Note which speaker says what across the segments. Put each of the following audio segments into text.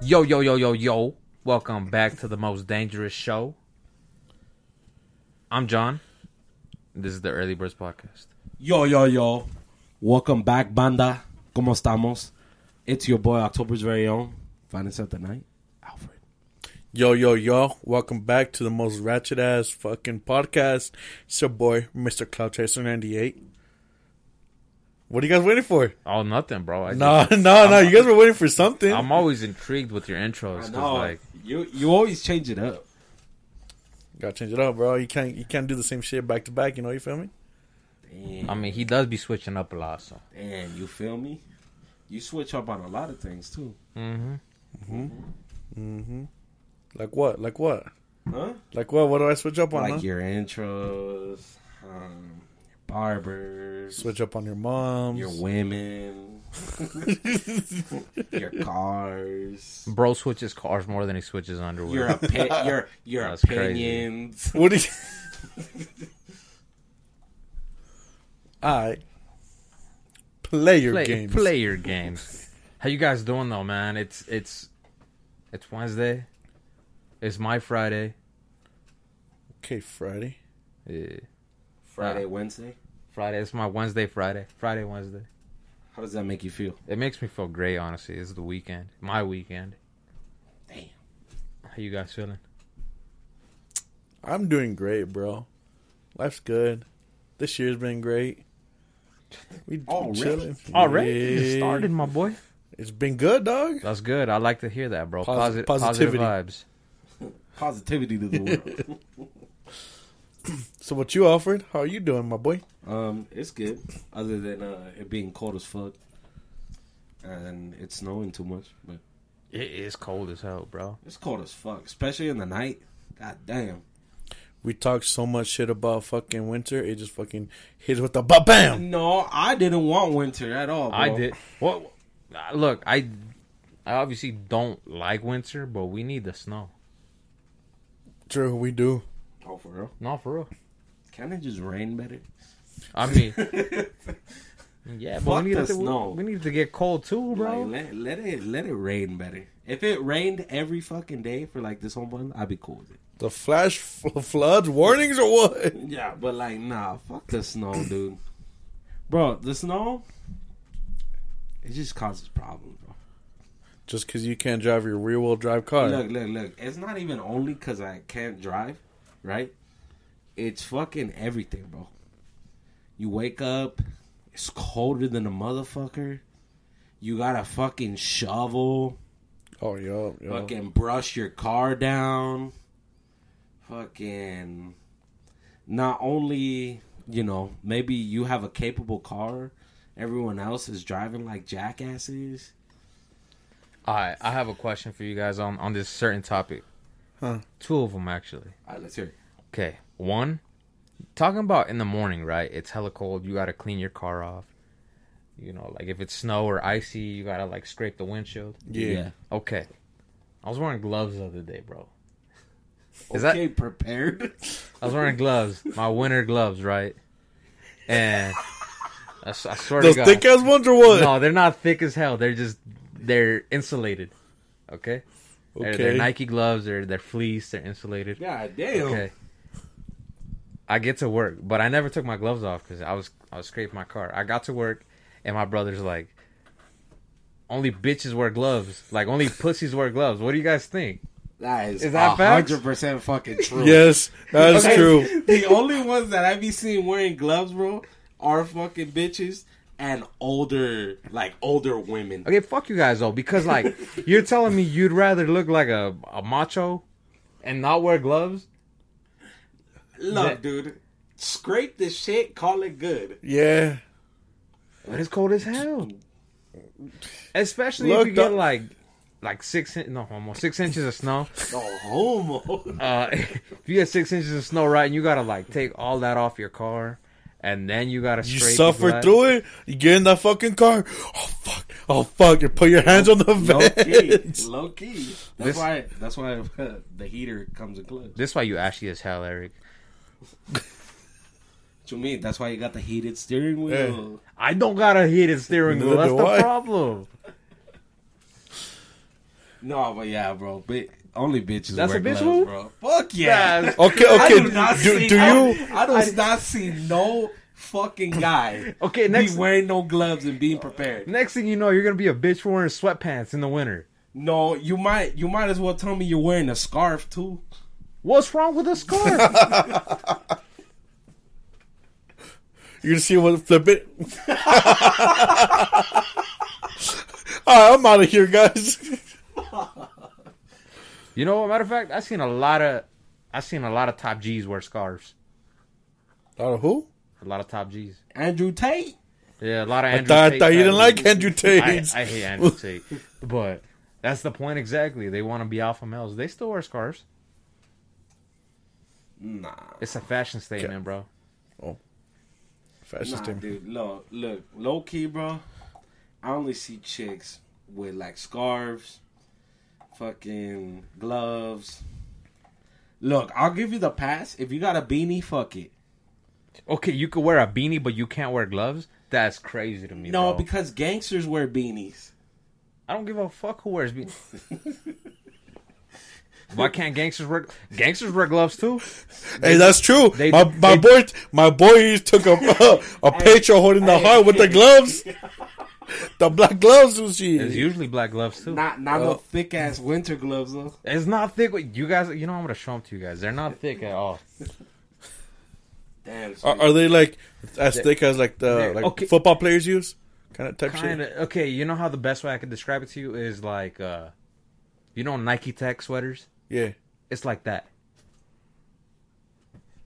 Speaker 1: Yo, yo, yo, yo, yo. Welcome back to the most dangerous show. I'm John. This is the Early Birds Podcast.
Speaker 2: Yo, yo, yo. Welcome back, banda. ¿Cómo estamos? It's your boy, October's very own. Finance of the night, Alfred.
Speaker 3: Yo, yo, yo. Welcome back to the most ratchet ass fucking podcast. It's your boy, Mr. Cloud Chaser 98. What are you guys waiting for?
Speaker 1: Oh, nothing, bro. I
Speaker 3: No, no, no. You guys were waiting for something.
Speaker 1: just- I'm always intrigued with your intros. 'cause, like,
Speaker 2: you, you always change it up.
Speaker 3: Gotta change it up, bro. You can't you can't do the same shit back to back, you know, you feel me?
Speaker 2: Damn,
Speaker 1: I mean, he does be switching up a lot, so.
Speaker 2: damn, you feel me? You switch up on a lot of things, too.
Speaker 3: Mm-hmm. Like what? Like what?
Speaker 2: Huh?
Speaker 3: Like what? What do I switch up on? huh?
Speaker 2: Like your intros, um, your barbers,
Speaker 3: switch up on your moms.
Speaker 2: your women, your cars.
Speaker 1: Bro switches cars more than he switches underwear.
Speaker 2: Your opi- your your
Speaker 1: That's crazy.
Speaker 2: opinions.
Speaker 3: what do you Alright. Play your
Speaker 1: play,
Speaker 3: games.
Speaker 1: play your games. How you guys doing though, man? It's it's it's Wednesday. It's my Friday.
Speaker 3: Okay, Friday.
Speaker 1: Yeah.
Speaker 2: Friday, Wednesday.
Speaker 1: Friday. It's my Wednesday, Friday. Friday, Wednesday.
Speaker 2: How does that make you feel?
Speaker 1: It makes me feel great, honestly. It's the weekend. My weekend.
Speaker 2: Damn.
Speaker 1: How you guys feeling?
Speaker 3: I'm doing great, bro. Life's good. This year's been great. We
Speaker 2: Already?
Speaker 3: chilling.
Speaker 1: Oh, Already?
Speaker 3: Yeah.
Speaker 1: It started, my boy.
Speaker 3: It's been good, dog.
Speaker 1: That's good. I like to hear that, bro.
Speaker 3: Posi-
Speaker 1: Posi- positive
Speaker 3: positivity.
Speaker 1: vibes.
Speaker 2: Positivity to the world.
Speaker 3: So what you offered? How are you doing, my boy?
Speaker 2: Um, it's good, other than uh, it being cold as fuck, and it's snowing too much. But
Speaker 1: It is cold as hell, bro.
Speaker 2: it's cold as fuck, especially in the night. God damn.
Speaker 3: We talked so much shit about fucking winter. It just fucking hits with the ba bam.
Speaker 2: No, I didn't want winter at all. Bro.
Speaker 1: I did. What? uh, Look, I, I obviously don't like winter, but we need the snow.
Speaker 3: True, we do.
Speaker 2: Oh, for real?
Speaker 1: No, for real.
Speaker 2: Can it just rain better?
Speaker 1: I mean, yeah, but
Speaker 2: Fuck
Speaker 1: we need
Speaker 2: the
Speaker 1: to, we-
Speaker 2: snow.
Speaker 1: We, need to get cold too, bro.
Speaker 2: Like, let, let it let it rain better. If it rained every fucking day for like this whole month, I'd be cool with it.
Speaker 3: The flash f- floods warnings or what?
Speaker 2: Yeah, but like, nah, fuck the snow, dude. Bro, the snow, it just causes problems, bro.
Speaker 3: Just because you can't drive your rear wheel drive car.
Speaker 2: Look, look, look. It's not even only because I can't drive, right? It's fucking everything, bro. You wake up, it's colder than a motherfucker. You gotta fucking shovel,
Speaker 3: Oh yo, yo.
Speaker 2: fucking brush your car down, fucking. Not only, you know, maybe you have a capable car, everyone else is driving like jackasses.
Speaker 1: All right, I have a question for you guys on on this certain topic.
Speaker 3: Huh.
Speaker 1: Two of them actually.
Speaker 2: All right, let's hear it.
Speaker 1: Okay, one, talking about in the morning, right? It's hella cold. You gotta clean your car off. You know, like if it's snow or icy, you gotta like scrape the windshield.
Speaker 3: yeah.
Speaker 1: Okay, I was wearing gloves the other day, bro. Is that
Speaker 2: Okay, prepared.
Speaker 1: I was wearing gloves, my winter gloves, right? And I, s- I swear
Speaker 3: Those
Speaker 1: to God,
Speaker 3: thick ass ones or what?
Speaker 1: no, they're not thick as hell. They're just they're insulated. Okay, They're, they're
Speaker 3: Okay.
Speaker 1: Nike gloves. They're they're fleece. They're insulated.
Speaker 2: God damn.
Speaker 1: Okay. I get to work, but I never took my gloves off because I was I was scraping my car. I got to work, and my brother's like, "Only bitches wear gloves. Like only pussies wear gloves. What do you guys think?"
Speaker 2: That is,
Speaker 1: Is that facts?
Speaker 2: 100% fucking true.
Speaker 3: Yes, that is
Speaker 2: Okay,
Speaker 3: true.
Speaker 2: The only ones that I be seeing wearing gloves, bro, are fucking bitches and older, like older women.
Speaker 1: Okay, fuck you guys though, because like you're telling me you'd rather look like a, a macho and not wear gloves.
Speaker 2: Look,
Speaker 1: that-
Speaker 2: dude, scrape the shit, call it good.
Speaker 3: Yeah.
Speaker 1: But it's cold as hell. Especially if
Speaker 3: Look,
Speaker 1: you get
Speaker 3: the-
Speaker 1: like like six in- no almost six inches of snow.
Speaker 2: No homo.
Speaker 1: Uh, if you get six inches of snow, right, and you gotta like take all that off your car, and then you gotta
Speaker 3: You
Speaker 1: scrape the
Speaker 3: suffer
Speaker 1: glass.
Speaker 3: through it. You get in that fucking car. Oh fuck! Oh fuck! You put your hands on the
Speaker 2: Low key,
Speaker 3: vents.
Speaker 2: low key. That's
Speaker 1: This-
Speaker 2: why. That's why uh, the heater comes in clutch.
Speaker 1: This why you ashy as hell, Eric.
Speaker 2: What you mean? That's why you got the heated steering wheel.
Speaker 1: I don't got a heated steering wheel.
Speaker 3: Neither
Speaker 1: That's
Speaker 3: do
Speaker 1: the
Speaker 3: I.
Speaker 1: problem.
Speaker 2: No, but yeah, bro. Bi- only bitches.
Speaker 1: That's
Speaker 2: wear
Speaker 1: a bitch
Speaker 2: gloves,
Speaker 1: move?
Speaker 2: bro. Fuck yeah.
Speaker 1: Nah,
Speaker 3: Okay,
Speaker 2: I
Speaker 3: okay.
Speaker 2: do not
Speaker 3: Do,
Speaker 2: see.
Speaker 3: do you?
Speaker 2: I, I do not see no fucking guy.
Speaker 1: Okay, next-
Speaker 2: Be wearing no gloves and being prepared.
Speaker 1: Next thing you know, you're gonna be a bitch for wearing sweatpants in the winter.
Speaker 2: No, you might. You might as well tell me you're wearing a scarf too.
Speaker 1: What's wrong with a scarf?
Speaker 3: You're gonna see what flip it. All right, I'm out of here, guys.
Speaker 1: you know, what, matter of fact, I seen a lot of, I seen a lot of top G's wear scarves.
Speaker 3: Out of who?
Speaker 1: A lot of top G's.
Speaker 2: Andrew Tate.
Speaker 1: Yeah, a lot of
Speaker 3: I
Speaker 1: Andrew.
Speaker 3: thought, I
Speaker 1: Tate
Speaker 3: thought you didn't
Speaker 1: tattoos.
Speaker 3: like Andrew Tate.
Speaker 1: I, I hate Andrew Tate, but that's the point exactly. They want to be alpha males. They still wear scarves.
Speaker 2: Nah.
Speaker 1: It's a fashion statement, bro.
Speaker 3: Fashion
Speaker 2: Nah,
Speaker 3: statement.
Speaker 2: dude. Look, look, low key, bro. I only see chicks with like scarves, fucking gloves. Look, I'll give you the pass. If you got a beanie, fuck it.
Speaker 1: Okay, you could wear a beanie, but you can't wear gloves. That's crazy to me.
Speaker 2: No,
Speaker 1: bro.
Speaker 2: because gangsters wear beanies.
Speaker 1: I don't give a fuck who wears beanie. Why can't gangsters wear gangsters wear gloves too?
Speaker 3: Hey, that's true.
Speaker 1: they-
Speaker 3: my my
Speaker 1: they-
Speaker 3: boy, my boy took a a, picture holding the
Speaker 2: hey.
Speaker 3: heart with the gloves, the black gloves and shit.
Speaker 1: It's usually black gloves too.
Speaker 2: Not
Speaker 3: Uh,
Speaker 2: not no thick ass winter gloves though.
Speaker 1: It's not thick. Wait, You guys, you know, I'm gonna show them to you guys. They're not thick at all.
Speaker 2: Damn. son.
Speaker 3: Are, are they like as thick as like the like
Speaker 1: okay.
Speaker 3: football players use? Kind of type
Speaker 1: Kind
Speaker 3: shit.
Speaker 1: of. Okay, you know how the best way I could describe it to you is like, uh you know, Nike Tech sweaters.
Speaker 3: Yeah.
Speaker 1: It's like that.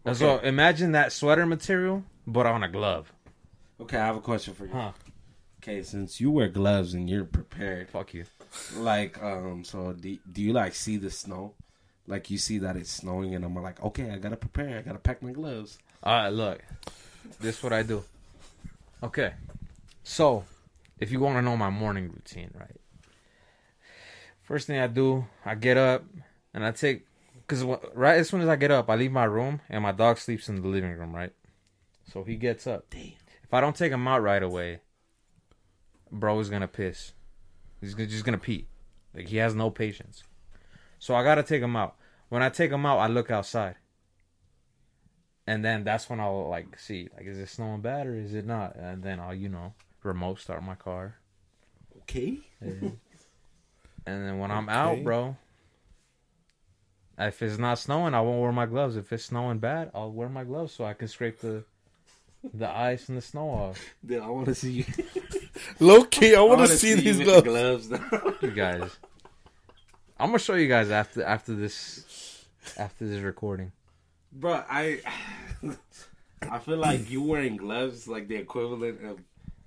Speaker 1: And So imagine that sweater material, but on a glove.
Speaker 2: okay, I have a question for you.
Speaker 1: Huh.
Speaker 2: Okay, since you wear gloves and you're prepared,
Speaker 1: Fuck you.
Speaker 2: like um, so do, do you like see the snow? Like you see that it's snowing, and I'm like, okay, I gotta prepare. I gotta pack my gloves.
Speaker 1: All right, look. This what I do. Okay. So, if you want to know my morning routine, right? First thing I do, I get up and I take cuz right as soon as I get up, I leave my room and my dog sleeps in the living room, right? So he gets up.
Speaker 2: Damn.
Speaker 1: If I don't take him out right away, bro is going to piss. He's go- just going to pee. Like he has no patience. So I got to take him out. When I take him out, I look outside and then that's when I'll like see like is it snowing bad or is it not? And then I'll you know remote start my car.
Speaker 2: Okay.
Speaker 1: And then when I'm out,
Speaker 3: Okay.
Speaker 1: bro, if it's not snowing, I won't wear my gloves. If it's snowing bad, I'll wear my gloves so I can scrape the the ice and the snow off.
Speaker 2: Dude, I want to see you.
Speaker 3: Low key, I want
Speaker 2: wanna
Speaker 3: to see,
Speaker 2: you
Speaker 3: these
Speaker 2: with
Speaker 3: gloves.
Speaker 2: The gloves
Speaker 1: You guys, I'm gonna show you guys after after this after this recording.
Speaker 2: bro. I I feel like you wearing gloves is like the equivalent of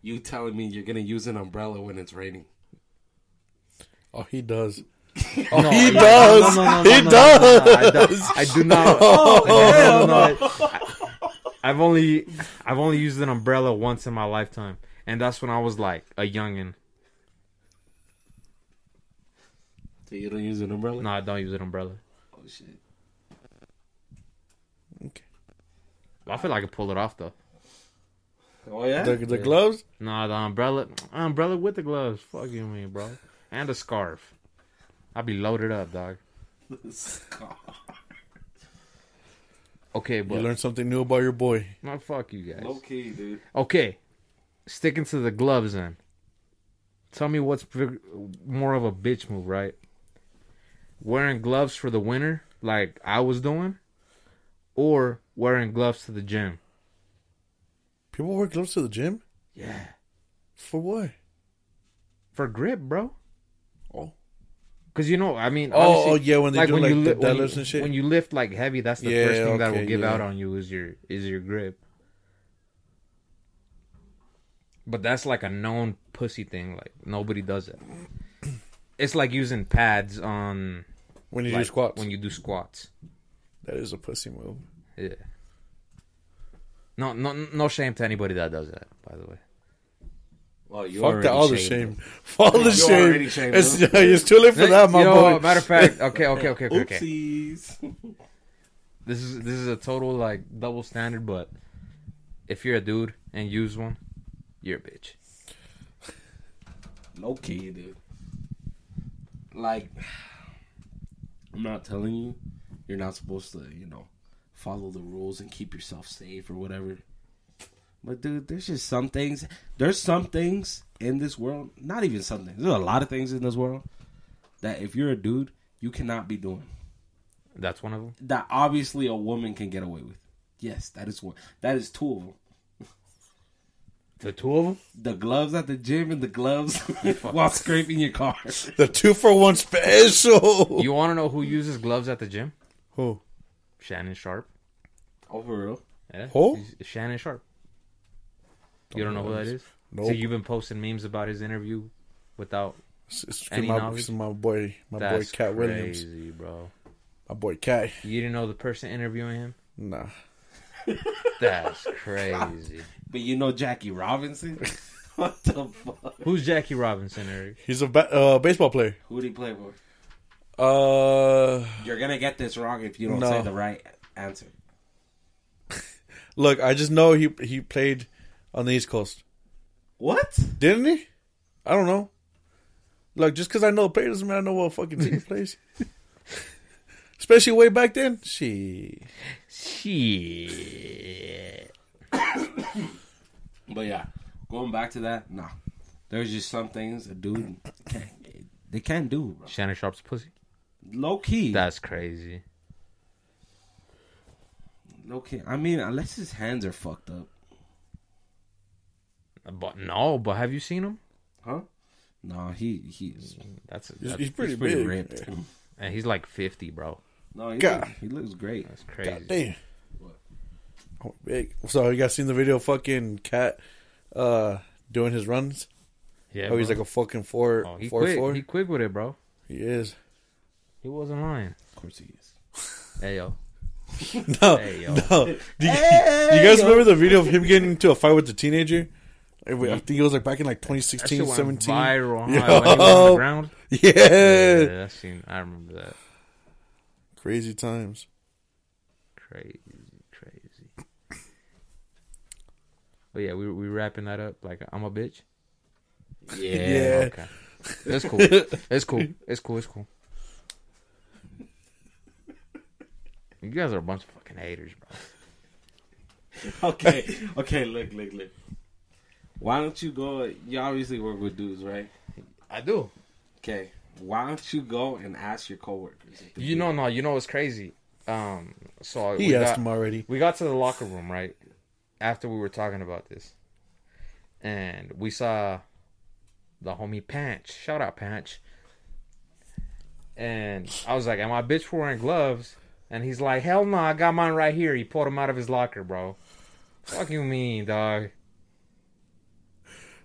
Speaker 2: you telling me you're gonna use an umbrella when it's raining.
Speaker 3: Oh, he does.
Speaker 1: Oh,
Speaker 3: he does. He does.
Speaker 1: I do not. Oh, no, no, no. I, have only, I've only used an umbrella once in my lifetime, and that's when I was like a youngin.
Speaker 2: So you don't use an umbrella.
Speaker 1: No, I don't use an umbrella.
Speaker 2: Oh shit.
Speaker 3: Okay.
Speaker 1: I feel like I could pull it off though.
Speaker 2: Oh yeah.
Speaker 3: The, the gloves.
Speaker 1: No, the umbrella, umbrella with the gloves. Fuck you, me, bro, and a scarf. I'd be loaded up, dog. Okay,
Speaker 3: You
Speaker 1: but
Speaker 3: learned something new about your boy.
Speaker 1: no, fuck you guys.
Speaker 2: Low key, dude.
Speaker 1: Okay, sticking to the gloves then. Tell me what's big, more of a bitch move, right? Wearing gloves for the winter, like I was doing, or wearing gloves to the gym.
Speaker 3: People wear gloves to the gym
Speaker 2: Yeah.
Speaker 3: for what?
Speaker 1: For grip, bro.
Speaker 3: Oh,
Speaker 1: Because you know, I mean,
Speaker 3: Oh,
Speaker 1: obviously,
Speaker 3: oh, yeah, when they do, like, the
Speaker 1: when
Speaker 3: deadlifts and shit.
Speaker 1: When you lift like heavy, that's the
Speaker 3: Yeah,
Speaker 1: first thing that
Speaker 3: okay,
Speaker 1: will give
Speaker 3: yeah.
Speaker 1: out on you is your is your grip. But that's like a known pussy thing. Like nobody does it. It's like using pads on
Speaker 3: when you
Speaker 1: like,
Speaker 3: do squats.
Speaker 1: When you do squats,
Speaker 3: that is a pussy move.
Speaker 1: yeah. No, no, no shame to anybody that does that. By the way,
Speaker 2: Well, you
Speaker 3: Fuck the all the shame. Fuck all the
Speaker 2: You already
Speaker 3: shame.
Speaker 2: shamed
Speaker 3: It's, it's too late for that, my
Speaker 1: You know,
Speaker 3: boy.
Speaker 1: matter of fact, okay, okay, okay, okay, okay.
Speaker 2: Oopsies.
Speaker 1: This is this is a total like double standard, but if you're a dude and use one, you're a bitch.
Speaker 2: Low key, dude. like I'm not telling you, you're not supposed to, you know, follow the rules and keep yourself safe or whatever. But dude, there's just some things. There's some things in this world. Not even some things. There's a lot of things in this world that if you're a dude, you cannot be doing.
Speaker 1: That's one of them.
Speaker 2: That obviously a woman can get away with. Yes, that is one. That is two of them.
Speaker 1: The two of them.
Speaker 2: The gloves at the gym and the gloves while scraping your car.
Speaker 3: The two for one special.
Speaker 1: You want to know who uses gloves at the gym?
Speaker 3: Who?
Speaker 1: Shannon Sharp.
Speaker 2: Oh, for real?
Speaker 1: Yeah.
Speaker 3: Who?
Speaker 1: Shannon Sharp. you don't know who that is?
Speaker 3: Nope.
Speaker 1: So you've been posting memes about his interview without.
Speaker 3: It's, it's
Speaker 1: Any
Speaker 3: my,
Speaker 1: knowledge?
Speaker 3: it's my boy, my
Speaker 1: That's
Speaker 3: boy Cat Williams,
Speaker 1: crazy, bro.
Speaker 3: my boy Cat.
Speaker 1: You didn't know the person interviewing him?
Speaker 3: Nah,
Speaker 1: That's crazy.
Speaker 2: But you know Jackie Robinson? what the fuck?
Speaker 1: Who's Jackie Robinson, Eric?
Speaker 3: he's a ba- uh, baseball player.
Speaker 2: Who'd he play for?
Speaker 3: Uh,
Speaker 2: You're gonna get this wrong if you don't
Speaker 3: No.
Speaker 2: say the right answer.
Speaker 3: look, I just know he he played on the East Coast,
Speaker 2: What?
Speaker 3: didn't he? I don't know. Look, just because I know the player doesn't mean I know what fucking team he plays. Especially way back then. She.
Speaker 1: Shit.
Speaker 2: But yeah, going back to that, nah. There's just some things a dude can't. They can't do, bro.
Speaker 1: Shannon Sharp's pussy.
Speaker 2: Low key,
Speaker 1: That's crazy.
Speaker 2: low key. I mean, unless his hands are fucked up,
Speaker 1: But no, but have you seen him?
Speaker 2: huh? No, he he's
Speaker 1: That's,
Speaker 3: He's,
Speaker 1: that's
Speaker 3: he's pretty,
Speaker 2: he's pretty
Speaker 3: big.
Speaker 2: ripped.
Speaker 1: and he's like fifty, bro.
Speaker 2: No, he,
Speaker 3: God.
Speaker 2: looks, he looks great.
Speaker 1: That's crazy.
Speaker 3: God damn.
Speaker 2: What?
Speaker 3: Oh, big. So you guys seen the video of fucking cat uh doing his runs?
Speaker 1: Yeah,
Speaker 3: oh, he's
Speaker 1: bro.
Speaker 3: like a fucking four
Speaker 1: oh, he
Speaker 3: four
Speaker 1: quick.
Speaker 3: four.
Speaker 1: He
Speaker 3: He,
Speaker 1: quick with it, bro.
Speaker 3: is.
Speaker 1: He wasn't lying.
Speaker 2: Of course he is.
Speaker 1: Hey yo,
Speaker 3: No,
Speaker 1: Hey, yo.
Speaker 3: no. Do you, do you guys remember the video of him getting into a fight with the teenager? I I think it was like back in like
Speaker 1: that shit
Speaker 3: 2016,
Speaker 1: went
Speaker 3: 17.
Speaker 1: viral. Huh? When
Speaker 3: Yo.
Speaker 1: he was on the ground.
Speaker 3: Yeah.
Speaker 1: Yeah, I seen. I remember that.
Speaker 3: Crazy times.
Speaker 1: Crazy, crazy. But yeah, we we wrapping that up. Like I'm a bitch.
Speaker 3: Yeah.
Speaker 1: Okay. That's cool. It's cool. It's cool. It's cool. You guys are a bunch of fucking haters, bro.
Speaker 2: okay, okay. Look, look, look. Why don't you go? You obviously work with dudes, right?
Speaker 1: I do.
Speaker 2: Okay. Why don't you go and ask your coworkers? if they
Speaker 1: You know, no, you know it's crazy. Um, so
Speaker 3: He
Speaker 1: we
Speaker 3: asked
Speaker 1: got-
Speaker 3: him already.
Speaker 1: We got to the locker room, right? After we were talking about this. And we saw the homie Panch. Shout out Panch. And I was like, Am I bitch for wearing gloves? And he's like, Hell no, I got mine right here. He pulled them out of his locker, bro. Fuck you mean, dog.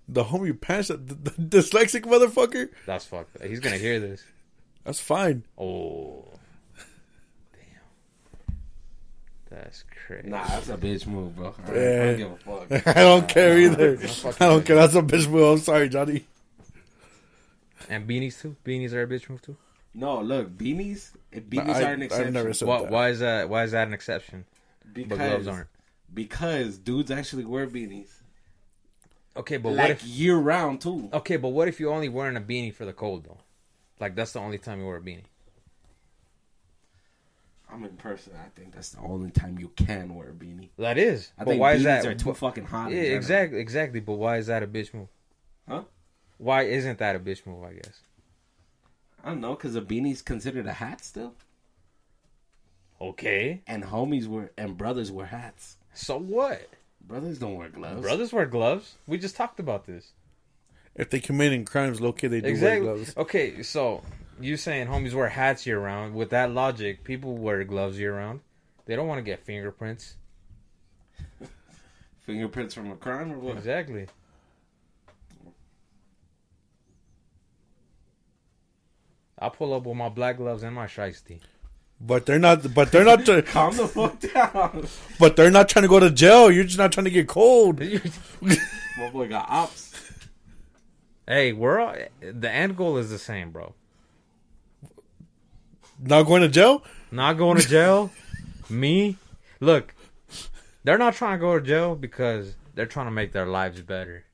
Speaker 3: The homie pants the, the dyslexic motherfucker.
Speaker 1: That's fucked up. He's gonna hear this.
Speaker 3: That's fine.
Speaker 1: Oh. Damn. That's crazy.
Speaker 2: Nah, that's a bitch move, bro. I, I don't
Speaker 3: Yeah.
Speaker 2: give a fuck.
Speaker 3: I don't care either.
Speaker 1: fucking
Speaker 3: I don't care. That's a bitch move. I'm sorry, Johnny.
Speaker 1: And beanies too. Beanies are a bitch move too.
Speaker 2: No, look, beanies. Beanies
Speaker 3: I,
Speaker 2: are an exception.
Speaker 3: I've never said
Speaker 1: Why,
Speaker 3: that.
Speaker 1: why is that why is that an exception?
Speaker 2: because,
Speaker 1: but gloves aren't.
Speaker 2: Because dudes actually wear beanies.
Speaker 1: Okay, but what
Speaker 2: like
Speaker 1: if
Speaker 2: year round, too.
Speaker 1: okay, but what if you're only wearing a beanie for the cold though? Like that's the only time you wear a beanie.
Speaker 2: I'm in person. I think that's the only time you can wear a beanie.
Speaker 1: That is.
Speaker 2: I
Speaker 1: but
Speaker 2: think
Speaker 1: why
Speaker 2: beanies
Speaker 1: is that?
Speaker 2: are too
Speaker 1: but-
Speaker 2: fucking hot. in
Speaker 1: yeah,
Speaker 2: general.
Speaker 1: exactly, exactly. But why is that a bitch move?
Speaker 2: Huh?
Speaker 1: Why isn't that a bitch move? I guess.
Speaker 2: I don't know, because a beanie's considered a hat still.
Speaker 1: Okay.
Speaker 2: And homies wear, and brothers wear hats.
Speaker 1: So what?
Speaker 2: Brothers don't wear gloves.
Speaker 1: Brothers wear gloves. We just talked about this.
Speaker 3: If they committing crimes, low key, they do
Speaker 1: Exactly.
Speaker 3: wear gloves.
Speaker 1: Okay, so you saying homies wear hats year round? With that logic, people wear gloves year round. They don't want to get fingerprints.
Speaker 2: Fingerprints from a crime or what?
Speaker 1: Exactly. I pull up with my black gloves and my shiesty.
Speaker 3: But they're not. But they're not. try-
Speaker 2: Calm the fuck down.
Speaker 3: but they're not trying to go to jail. You're just not trying to get cold.
Speaker 2: My boy got ops.
Speaker 1: hey, we're all, the end goal is the same, bro.
Speaker 3: Not going to jail.
Speaker 1: Not going to jail. me, look, they're not trying to go to jail because they're trying to make their lives better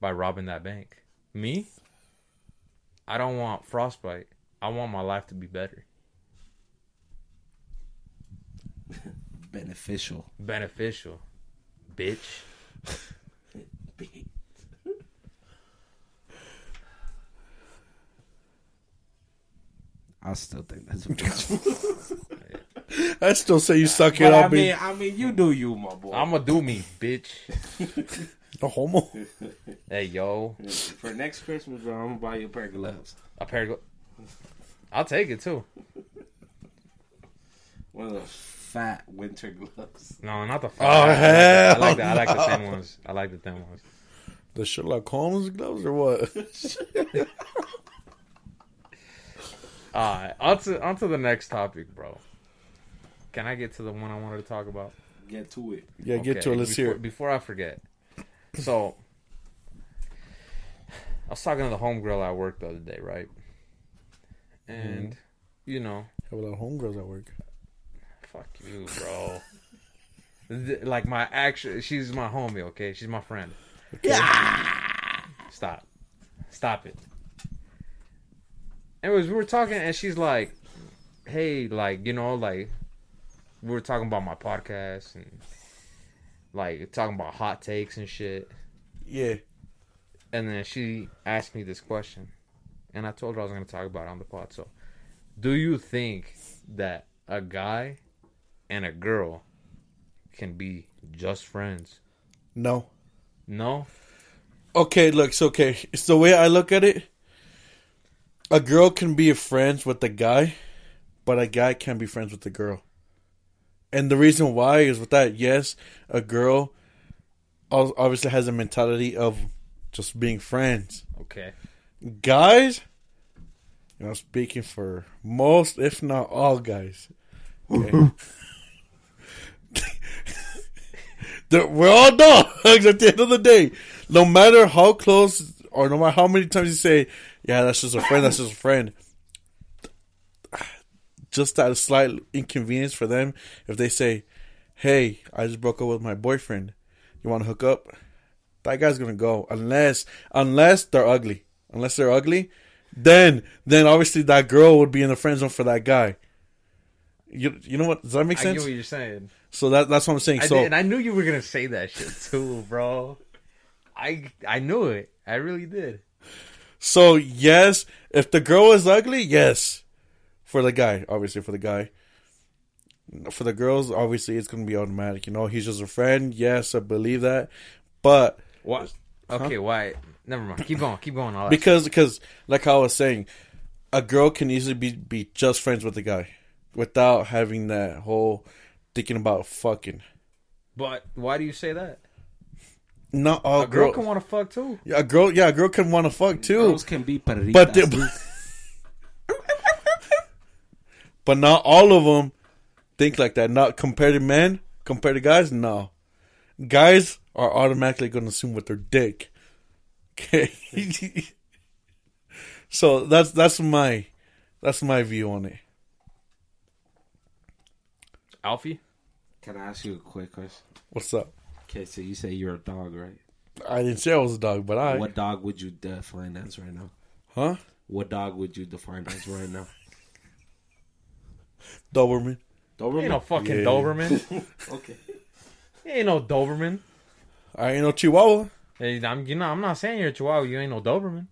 Speaker 1: by robbing that bank. Me, I don't want frostbite. I want my life to be better,
Speaker 2: Beneficial.
Speaker 1: beneficial, bitch.
Speaker 2: I still think that's beneficial.
Speaker 3: I still say you suck it
Speaker 2: but I
Speaker 3: up,
Speaker 2: mean,
Speaker 3: being
Speaker 2: I mean, you do you, my boy.
Speaker 1: I'ma do me, bitch.
Speaker 3: a homo.
Speaker 1: Hey yo,
Speaker 2: For next Christmas, bro, I'm gonna buy you a pair of gloves.
Speaker 1: a pair. Of... glo- I'll take it too.
Speaker 2: One of those fat winter gloves.
Speaker 1: No, not the. Fat.
Speaker 3: Oh, hell
Speaker 1: I like the, I like the, I like the thin ones. I like the thin ones.
Speaker 3: The Sherlock Holmes gloves or what?
Speaker 1: All right, on to, on to the next topic, bro. Can I get to the one I wanted to talk about?
Speaker 2: Get to it.
Speaker 3: yeah, get to it. Let's
Speaker 1: before,
Speaker 3: hear it.
Speaker 1: Before I forget, so I was talking to the homegirl at work the other day, right?
Speaker 3: Mm-hmm.
Speaker 1: And you know,
Speaker 3: Have a lot of homegirls at work.
Speaker 1: fuck you, bro. Th- like my actual, she's my homie. Okay, she's my friend. Stop, stop it. Anyways, we were talking, and she's like, "Hey, like you know, like we were talking about my podcast and like talking about hot takes and shit."
Speaker 3: Yeah.
Speaker 1: And then she asked me this question, and I told her I was going to talk about it on the pod. So, do you think that a guy and a girl can be just friends?
Speaker 3: No.
Speaker 1: No,
Speaker 3: Okay, look, so okay. It's the way I look at it. A girl can be friends with a guy, but a guy can't be friends with a girl. And the reason why is with that, yes, a girl ob- obviously has a mentality of just being friends.
Speaker 1: okay,
Speaker 3: Guys, and I'm speaking for most, if not all guys. okay? The- we're all dogs at the end of the day. No matter how close or no matter how many times you say, yeah, that's just a friend, that's just a friend. Just that slight inconvenience for them if they say, hey, I just broke up with my boyfriend. You want to hook up? That guy's gonna go unless unless they're ugly. Unless they're ugly, then then obviously that girl would be in the friend zone for that guy. You you know what? Does that make
Speaker 1: I get
Speaker 3: sense?
Speaker 1: what you're saying.
Speaker 3: So that that's what I'm saying.
Speaker 1: I
Speaker 3: so
Speaker 1: did, and I knew you were going to say that shit too, bro. I I knew it. I really did.
Speaker 3: So yes, if the girl is ugly, yes, for the guy, obviously for the guy. For the girls, obviously it's gonna be automatic. You know, he's just a friend. Yes, I believe that, but
Speaker 1: What? Okay, why? Never mind. Keep going. Keep going. All that.
Speaker 3: because because like I was saying, a girl can easily be be just friends with a guy without having that whole thinking about fucking.
Speaker 1: but why do you say that?
Speaker 3: Not all
Speaker 1: A girl
Speaker 3: girl.
Speaker 1: can want to fuck too.
Speaker 3: yeah, a girl. Yeah, a girl can want to fuck too.
Speaker 2: Girls can be perritas.
Speaker 3: but the, but not all of them think like that. Not compared to men, compared to guys, no. Guys are automatically going to assume with their dick. Okay, so that's that's my that's my view on it.
Speaker 1: Alfie?
Speaker 2: can I ask you a quick question?
Speaker 3: What's up?
Speaker 2: Okay, so you say you're a dog, right?
Speaker 3: I didn't say I was a dog, but I
Speaker 2: What dog would you define as right now?
Speaker 3: huh
Speaker 2: What dog would you define as right now?
Speaker 3: Doberman.
Speaker 2: Doberman.
Speaker 1: Ain't no fucking
Speaker 3: Yeah.
Speaker 1: Doberman.
Speaker 2: Okay.
Speaker 1: Ain't no Doberman.
Speaker 3: I ain't no Chihuahua.
Speaker 1: Hey, I'm, you know, I'm not saying you're a Chihuahua. You ain't no Doberman.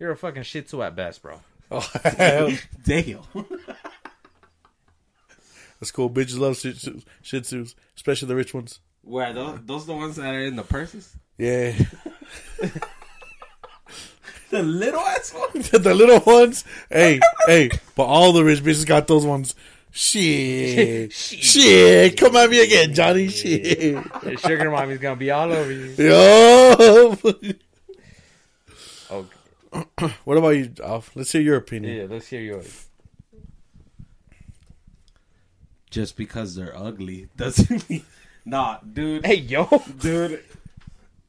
Speaker 1: You're a fucking Shih Tzu at best, bro.
Speaker 3: Oh,
Speaker 2: Damn.
Speaker 3: that's cool. Bitches love Shih Tzus, Shih Tzus, especially the rich ones.
Speaker 2: Where those? Those the ones that are in the purses?
Speaker 3: Yeah,
Speaker 2: The little ass ones.
Speaker 3: the little ones. Hey, hey, but all the rich bitches got those ones. Shit, shit, come at me again, Johnny. Shit,
Speaker 1: Your sugar mommy's gonna be all over you.
Speaker 3: yo.
Speaker 1: Okay.
Speaker 3: what about you, Alf? Let's hear your opinion.
Speaker 1: Yeah, let's hear yours.
Speaker 2: Just because they're ugly doesn't mean. Nah, dude.
Speaker 1: Hey, yo.
Speaker 2: dude.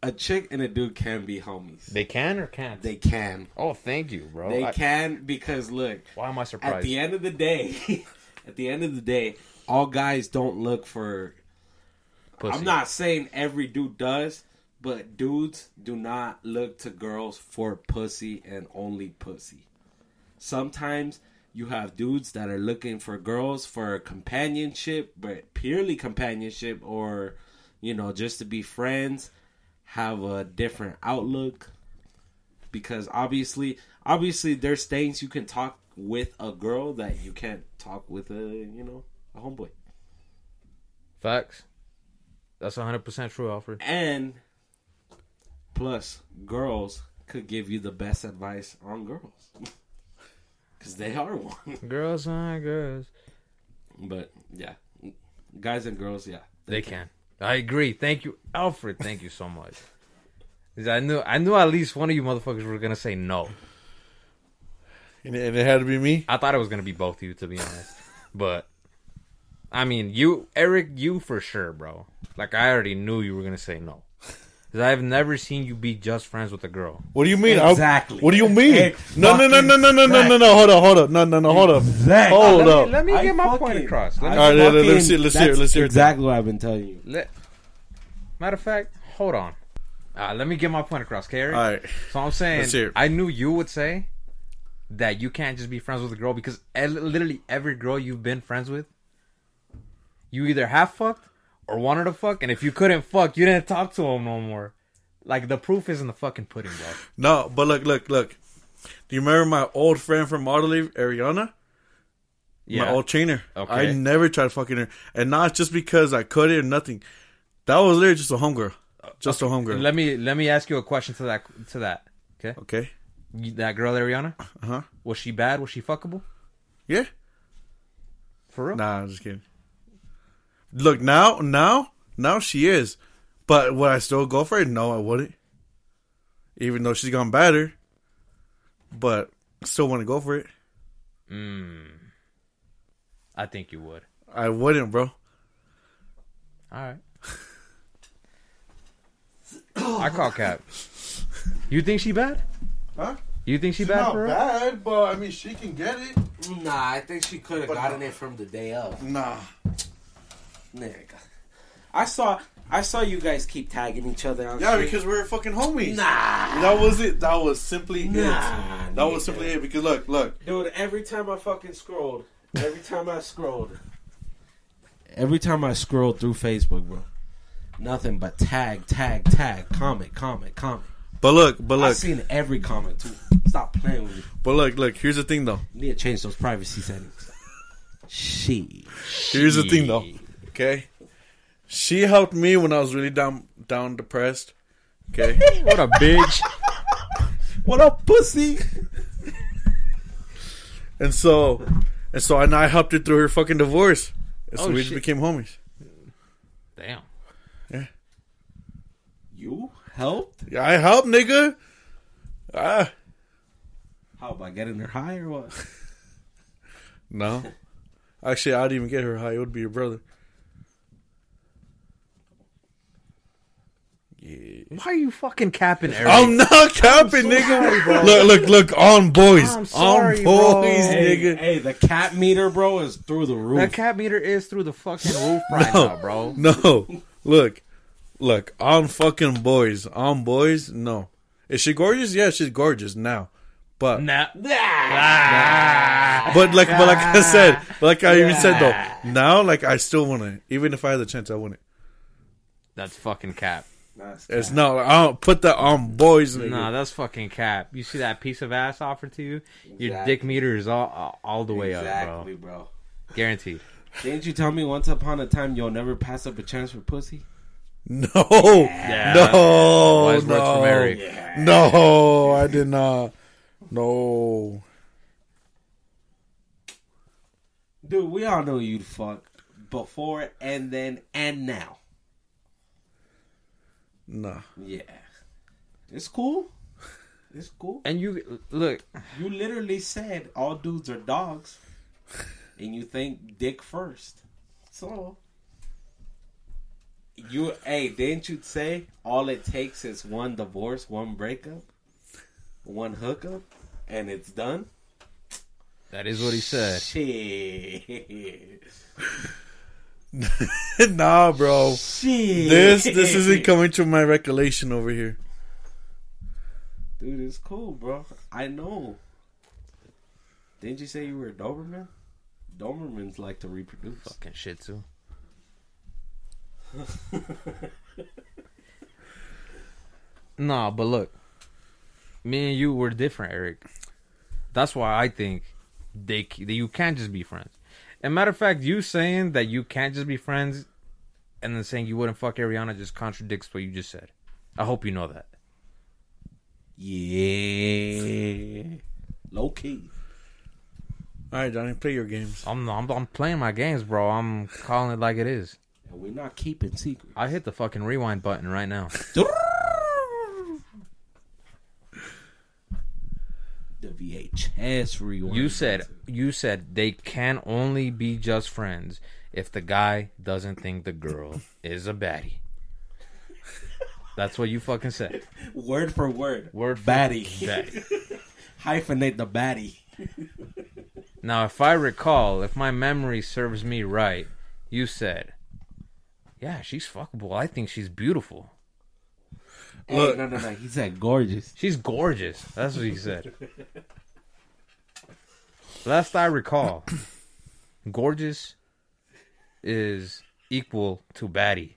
Speaker 2: A chick and a dude can be homies.
Speaker 1: They can or can't?
Speaker 2: They can.
Speaker 1: oh, thank you, bro.
Speaker 2: They
Speaker 1: I-
Speaker 2: can because look,
Speaker 1: why am I
Speaker 2: at
Speaker 1: surprised?
Speaker 2: the end of the day, at the end of the day, all guys don't look for
Speaker 1: Pussy.
Speaker 2: I'm not saying every dude does, But dudes do not look to girls for pussy and only pussy. Sometimes you have dudes that are looking for girls for companionship, but purely companionship or, you know, just to be friends, have a different outlook. Because obviously, obviously, there's things you can talk with a girl that you can't talk with a, you know, a homeboy.
Speaker 1: Facts. That's 100% true, Alfred.
Speaker 2: And plus, girls could give you the best advice on girls because they are one.
Speaker 1: Girls on girls.
Speaker 2: But yeah, guys and girls, yeah,
Speaker 1: They can. I agree. Thank you, Alfred. Thank you so much. 'Cause I knew I knew at least one of you motherfuckers were going to say no.
Speaker 3: And it, and it had to be me.
Speaker 1: I thought it was going to be both of you, to be honest. But, I mean, you, Eric, you for sure, bro. Like, I already knew you were going to say no. Because I've never seen you be just friends with a girl.
Speaker 3: What do you mean? I-
Speaker 2: Exactly.
Speaker 3: what do you mean? No, no, no, no, no, no, no, no, no. Hold up, hold up. No, no, no, hold up.
Speaker 2: Exactly.
Speaker 3: Hold
Speaker 1: Let
Speaker 3: up.
Speaker 1: me, let me
Speaker 2: I
Speaker 1: get my
Speaker 2: fucking-
Speaker 1: point across.
Speaker 2: I
Speaker 1: Let me,
Speaker 3: All right, let- let-
Speaker 2: fucking-
Speaker 3: let's hear- let's hear it,
Speaker 2: that's
Speaker 3: let's hear it.
Speaker 2: Exactly what I've been telling you.
Speaker 1: let- matter of fact, hold on. Uh, let me get my point across, okay, Eric?
Speaker 3: All right.
Speaker 1: So I'm saying,
Speaker 3: Let's hear it.
Speaker 1: I knew you would say that you can't just be friends with a girl because e- literally every girl you've been friends with, you either have fucked or wanted to fuck, and if you couldn't fuck, you didn't talk to them no more. Like the proof is in the fucking pudding, bro.
Speaker 3: No, but look, look, look. Do you remember my old friend from Monterey, Ariana? My old trainer.
Speaker 1: Okay.
Speaker 3: I never tried fucking her, and not just because I couldn't or nothing. That was literally just a homegirl, just a homegirl.
Speaker 1: Let me let me ask you a question to that to that. Okay,
Speaker 3: okay.
Speaker 1: You- that girl Ariana,
Speaker 3: Uh huh.
Speaker 1: was she bad? Was she fuckable?
Speaker 3: Yeah.
Speaker 1: For real?
Speaker 3: Nah, I'm just kidding. Look now, now, now she is, but would I still go for it? No, I wouldn't. Even though she's gone better, but still want to go for it.
Speaker 1: Hmm. I think you would.
Speaker 3: I wouldn't, bro.
Speaker 1: All right. I call cap. You think she bad?
Speaker 3: Huh?
Speaker 1: You think she bad for real?
Speaker 3: bad, but I mean, she can get it.
Speaker 2: Nah, I think she could have
Speaker 3: But-
Speaker 2: gotten it from the day of.
Speaker 3: Nah.
Speaker 2: Nigga. I saw, I saw you guys keep tagging each other. On
Speaker 3: Yeah,
Speaker 2: shit.
Speaker 3: because we're fucking homies.
Speaker 2: nah,
Speaker 3: That was it. That was simply it.
Speaker 2: Nah,
Speaker 3: That was
Speaker 2: nigga.
Speaker 3: simply it. Because look, look.
Speaker 2: dude. Every time I fucking scrolled, every time I scrolled, every time I scrolled through Facebook, bro, nothing but tag, tag, tag, comment, comment, comment.
Speaker 3: But look, but
Speaker 2: I've
Speaker 3: look,
Speaker 2: seen every comment too. Stop playing with me.
Speaker 3: but look, look. Here's the thing, though.
Speaker 2: You need to change those privacy settings. She.
Speaker 3: Here's the thing, though. Okay, she helped me when I was really down, down, depressed. Okay,
Speaker 1: What a bitch.
Speaker 2: What up, pussy?
Speaker 3: and so, and so, and I helped her through her fucking divorce. And so
Speaker 1: Oh,
Speaker 3: we
Speaker 1: shit.
Speaker 3: became homies.
Speaker 1: Damn.
Speaker 2: You helped?
Speaker 3: Yeah, I helped, nigga. Ah,
Speaker 2: How about getting her high or what?
Speaker 3: no. Actually, I'd even get her high. It would be your brother. Yeah.
Speaker 1: Why are you fucking capping, Eric?
Speaker 3: I'm not capping, nigga. look, look, look. On boys,
Speaker 1: I'm sorry,
Speaker 3: on boys,
Speaker 1: bro.
Speaker 2: Hey,
Speaker 3: nigga.
Speaker 2: hey, the cat meter, bro, is through the roof.
Speaker 1: that cap meter is through the fucking roof right now, bro.
Speaker 3: No, look, look, on fucking boys, on boys. No, is she gorgeous? Yeah, she's gorgeous now, but
Speaker 1: Nah.
Speaker 3: but like but like I said, but like I even said though, now like I still wouldn't. Even if I had the chance, I wouldn't.
Speaker 1: That's fucking cap.
Speaker 2: Nice cat.
Speaker 3: It's no, I don't put that on boys. Nigga.
Speaker 1: Nah, that's fucking cap. You see that piece of ass offered to you? Your
Speaker 2: Exactly.
Speaker 1: dick meter is all all- all the way up,
Speaker 2: exactly,
Speaker 1: bro.
Speaker 2: bro.
Speaker 1: Guaranteed.
Speaker 2: Didn't you tell me once upon a time you'll never pass up a chance for pussy?
Speaker 3: no,
Speaker 1: Yeah.
Speaker 3: no,
Speaker 1: Wise words
Speaker 3: no,
Speaker 1: from Eric.
Speaker 3: no, I did not. No,
Speaker 2: Dude, we all know you'd fuck before and then and now.
Speaker 3: nah.
Speaker 2: Yeah. It's cool. It's cool.
Speaker 1: And you look,
Speaker 2: You literally said all dudes are dogs, and you think dick first. So you, hey, didn't you say all it takes is one divorce, one breakup, one hookup, and it's done?
Speaker 1: that is what he said.
Speaker 2: Shit.
Speaker 3: nah, bro.
Speaker 2: Shit.
Speaker 3: This this isn't coming to my recollection over here.
Speaker 2: Dude, it's cool, bro. I know. Didn't you say you were a Doberman? Dobermans like to reproduce.
Speaker 1: Fucking shit too. nah, but look, me and you were different, Eric. That's why I think they, c- that you can't just be friends. And matter of fact, you saying that you can't just be friends, and then saying you wouldn't fuck Ariana just contradicts what you just said. I hope you know that.
Speaker 2: Yeah. Low key.
Speaker 3: All right, Johnny, play your games.
Speaker 1: I'm I'm, I'm playing my games, bro. I'm calling it like it is.
Speaker 2: And we're not keeping secrets.
Speaker 1: I hit the fucking rewind button right now.
Speaker 2: the VHS rewind.
Speaker 1: You said you said they can only be just friends if the guy doesn't think the girl is a baddie. That's what you fucking said.
Speaker 2: word for word.
Speaker 1: Word for
Speaker 2: baddie.
Speaker 1: baddie.
Speaker 2: Hyphenate the baddie.
Speaker 1: Now, if I recall, if my memory serves me right, you said, "Yeah, she's fuckable. I think she's beautiful.
Speaker 3: Look.
Speaker 2: Hey, no, no, no. He said gorgeous.
Speaker 1: She's gorgeous." That's what you said. Last I recall, gorgeous is equal to baddie.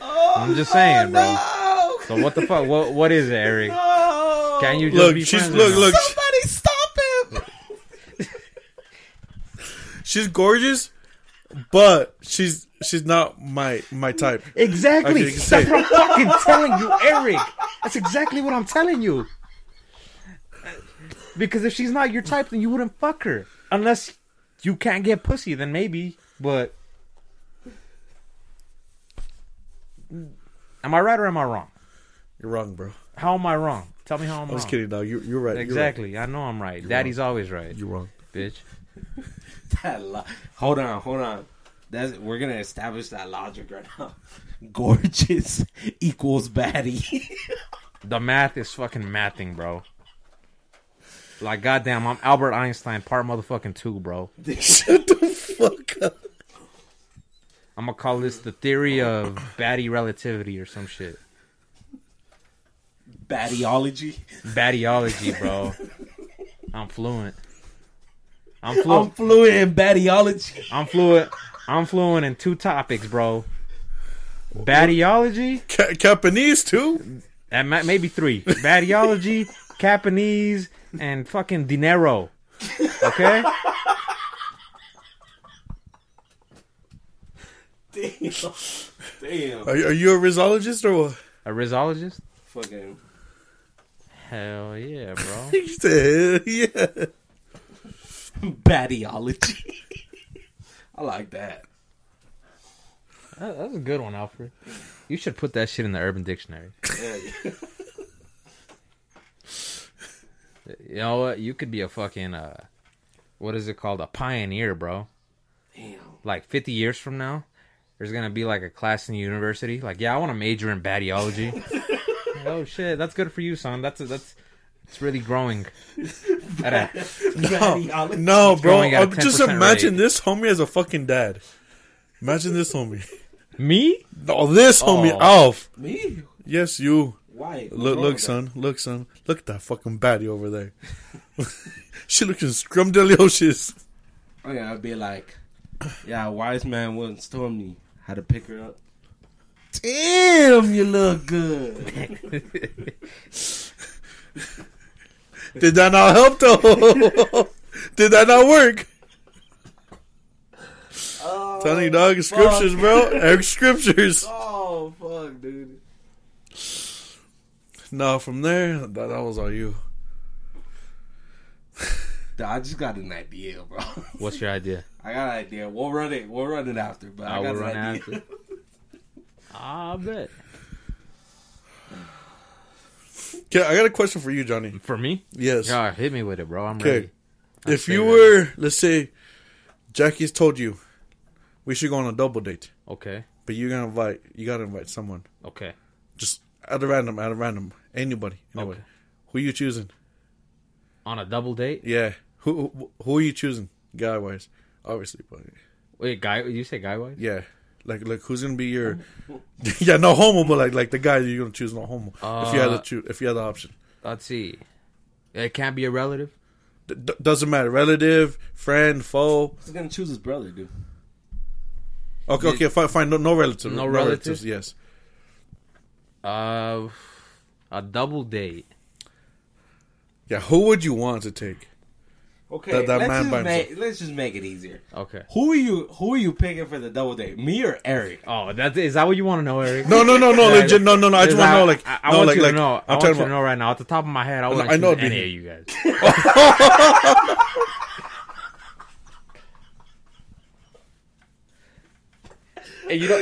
Speaker 1: I'm just saying, bro.
Speaker 2: Oh,
Speaker 1: So what the fuck? What what is it, Eric?
Speaker 2: no.
Speaker 1: Can you just
Speaker 3: Look,
Speaker 1: be
Speaker 3: she's
Speaker 1: friends or
Speaker 3: look
Speaker 1: not?
Speaker 3: look.
Speaker 2: Oh, Somebody stop him.
Speaker 3: She's gorgeous, but she's she's not my my type.
Speaker 1: Exactly.
Speaker 3: Okay, you can
Speaker 1: That's
Speaker 3: say
Speaker 1: what I'm fucking telling you, Eric. That's exactly what I'm telling you. Because if she's not your type, then you wouldn't fuck her. Unless you can't get pussy, then maybe. But am I right or am I wrong?
Speaker 3: You're wrong, bro.
Speaker 1: How am I wrong? Tell me how I'm
Speaker 3: I was
Speaker 1: wrong.
Speaker 3: kidding. No, you you're right. you're
Speaker 1: Exactly. I know I'm right. Daddy's always right,
Speaker 3: right. You're wrong.
Speaker 1: bitch.
Speaker 2: That lo- hold on, hold on. That's we're gonna establish that logic right now. Gorgeous equals baddie.
Speaker 1: The math is fucking mathing, bro. Like, goddamn, I'm Albert Einstein, part motherfucking two, bro.
Speaker 3: Shut the fuck up.
Speaker 1: I'm gonna call this the theory of baddie relativity or some shit.
Speaker 2: Baddieology.
Speaker 1: Baddiology, bro. I'm fluent. I'm
Speaker 2: I'm
Speaker 1: fluent.
Speaker 2: fluent in baddieology.
Speaker 1: I'm fluent. I'm fluent in two topics, bro. Baddiology
Speaker 3: Ca- Japanese too.
Speaker 1: and ma- maybe three. Baddiology, Japanese, and fucking dinero. Okay.
Speaker 2: Damn. Damn.
Speaker 3: Are, you- are you a resologist or what?
Speaker 1: A risologist?
Speaker 2: Fucking
Speaker 1: Hell yeah, bro.
Speaker 3: He said, yeah.
Speaker 2: baddieology. I like that.
Speaker 1: That- That's a good one, Alfred. You should put that shit in the Urban Dictionary.
Speaker 2: Yeah.
Speaker 1: You know what? You could be a fucking uh, what is it called? A pioneer, bro.
Speaker 2: Damn.
Speaker 1: Like fifty years from now, there's gonna be like a class in university. Like, yeah, I want to major in badiology. oh shit, that's good for you, son. That's that's it's really growing. At a-
Speaker 3: No,
Speaker 2: Baddieology.
Speaker 3: no bro.
Speaker 1: growing at a
Speaker 3: I'm- just
Speaker 1: 10%
Speaker 3: imagine
Speaker 1: rate.
Speaker 3: this homie as a fucking dad. Imagine this homie.
Speaker 1: me?
Speaker 3: No, this homie,
Speaker 1: Oh.
Speaker 3: Alf.
Speaker 2: Me?
Speaker 3: Yes, you.
Speaker 2: Why?
Speaker 3: Look, look, son. Look, son. Look at that fucking baddie over there. she looking scrumdelicious.
Speaker 2: Oh yeah, I'd be like, yeah, a wise man once told me how to pick her up. Damn, you look good.
Speaker 3: Did that not help though? Did that not work?
Speaker 2: Oh,
Speaker 3: Telling you, dog, scriptures, bro. Eric scriptures.
Speaker 2: oh fuck, dude.
Speaker 3: No, from there, that, that was all you.
Speaker 2: Dude, I just got an idea, bro.
Speaker 1: What's your idea?
Speaker 2: I got an idea. We'll run it. We'll run it after, but I,
Speaker 1: I
Speaker 2: got
Speaker 1: will
Speaker 2: an
Speaker 1: run
Speaker 2: idea.
Speaker 1: after.
Speaker 3: Ah,
Speaker 1: I bet
Speaker 3: Okay, I got a question for you, Johnny.
Speaker 1: for me.
Speaker 3: Yes.
Speaker 1: Yeah, hit me with it, bro. I'm
Speaker 3: Okay.
Speaker 1: ready. I'm
Speaker 3: If you
Speaker 1: straight
Speaker 3: were, let's say, Jackie's told you we should go on a double date,
Speaker 1: Okay.
Speaker 3: but you're gonna invite, you gotta invite someone,
Speaker 1: Okay.
Speaker 3: just at a random, at a random, anybody, anybody.
Speaker 1: Okay.
Speaker 3: Who you choosing?
Speaker 1: On a double date,
Speaker 3: Yeah. Who who, who are you choosing? guy wise, obviously. But
Speaker 1: Wait, guy, you say guy wise?
Speaker 3: yeah, like like who's gonna be your? yeah, no homo, but like like the guy you're gonna choose no homo if you had to
Speaker 1: Uh,
Speaker 3: choose if you had the option.
Speaker 1: Let's see. It can't be a relative.
Speaker 3: D- d- doesn't matter, relative, friend, foe.
Speaker 2: He's gonna choose his brother, dude.
Speaker 3: Okay, okay, fine, fine. No, no relative.
Speaker 1: No relative?
Speaker 3: Yes.
Speaker 1: Uh, a double date.
Speaker 3: Yeah. Who would you want to take?
Speaker 2: Okay,
Speaker 3: That- that
Speaker 2: let's,
Speaker 3: man by
Speaker 2: just make, let's just make it easier.
Speaker 1: Okay.
Speaker 2: Who are you? Who are you picking for the double date? Me or Eric?
Speaker 1: Oh, that is that what you want to know, Eric?
Speaker 3: No, no, no, no.
Speaker 1: Yeah,
Speaker 3: legit, no, no, no. I just
Speaker 1: is
Speaker 3: want to
Speaker 1: that-
Speaker 3: know, like,
Speaker 1: I, I
Speaker 3: no,
Speaker 1: want
Speaker 3: like,
Speaker 1: you
Speaker 3: like,
Speaker 1: to know. i want
Speaker 3: I'm talking
Speaker 1: you to
Speaker 3: about.
Speaker 1: know right now. Off the top of my head, I wouldn't
Speaker 3: I know,
Speaker 1: choose any
Speaker 3: dude.
Speaker 1: of you guys. and you know,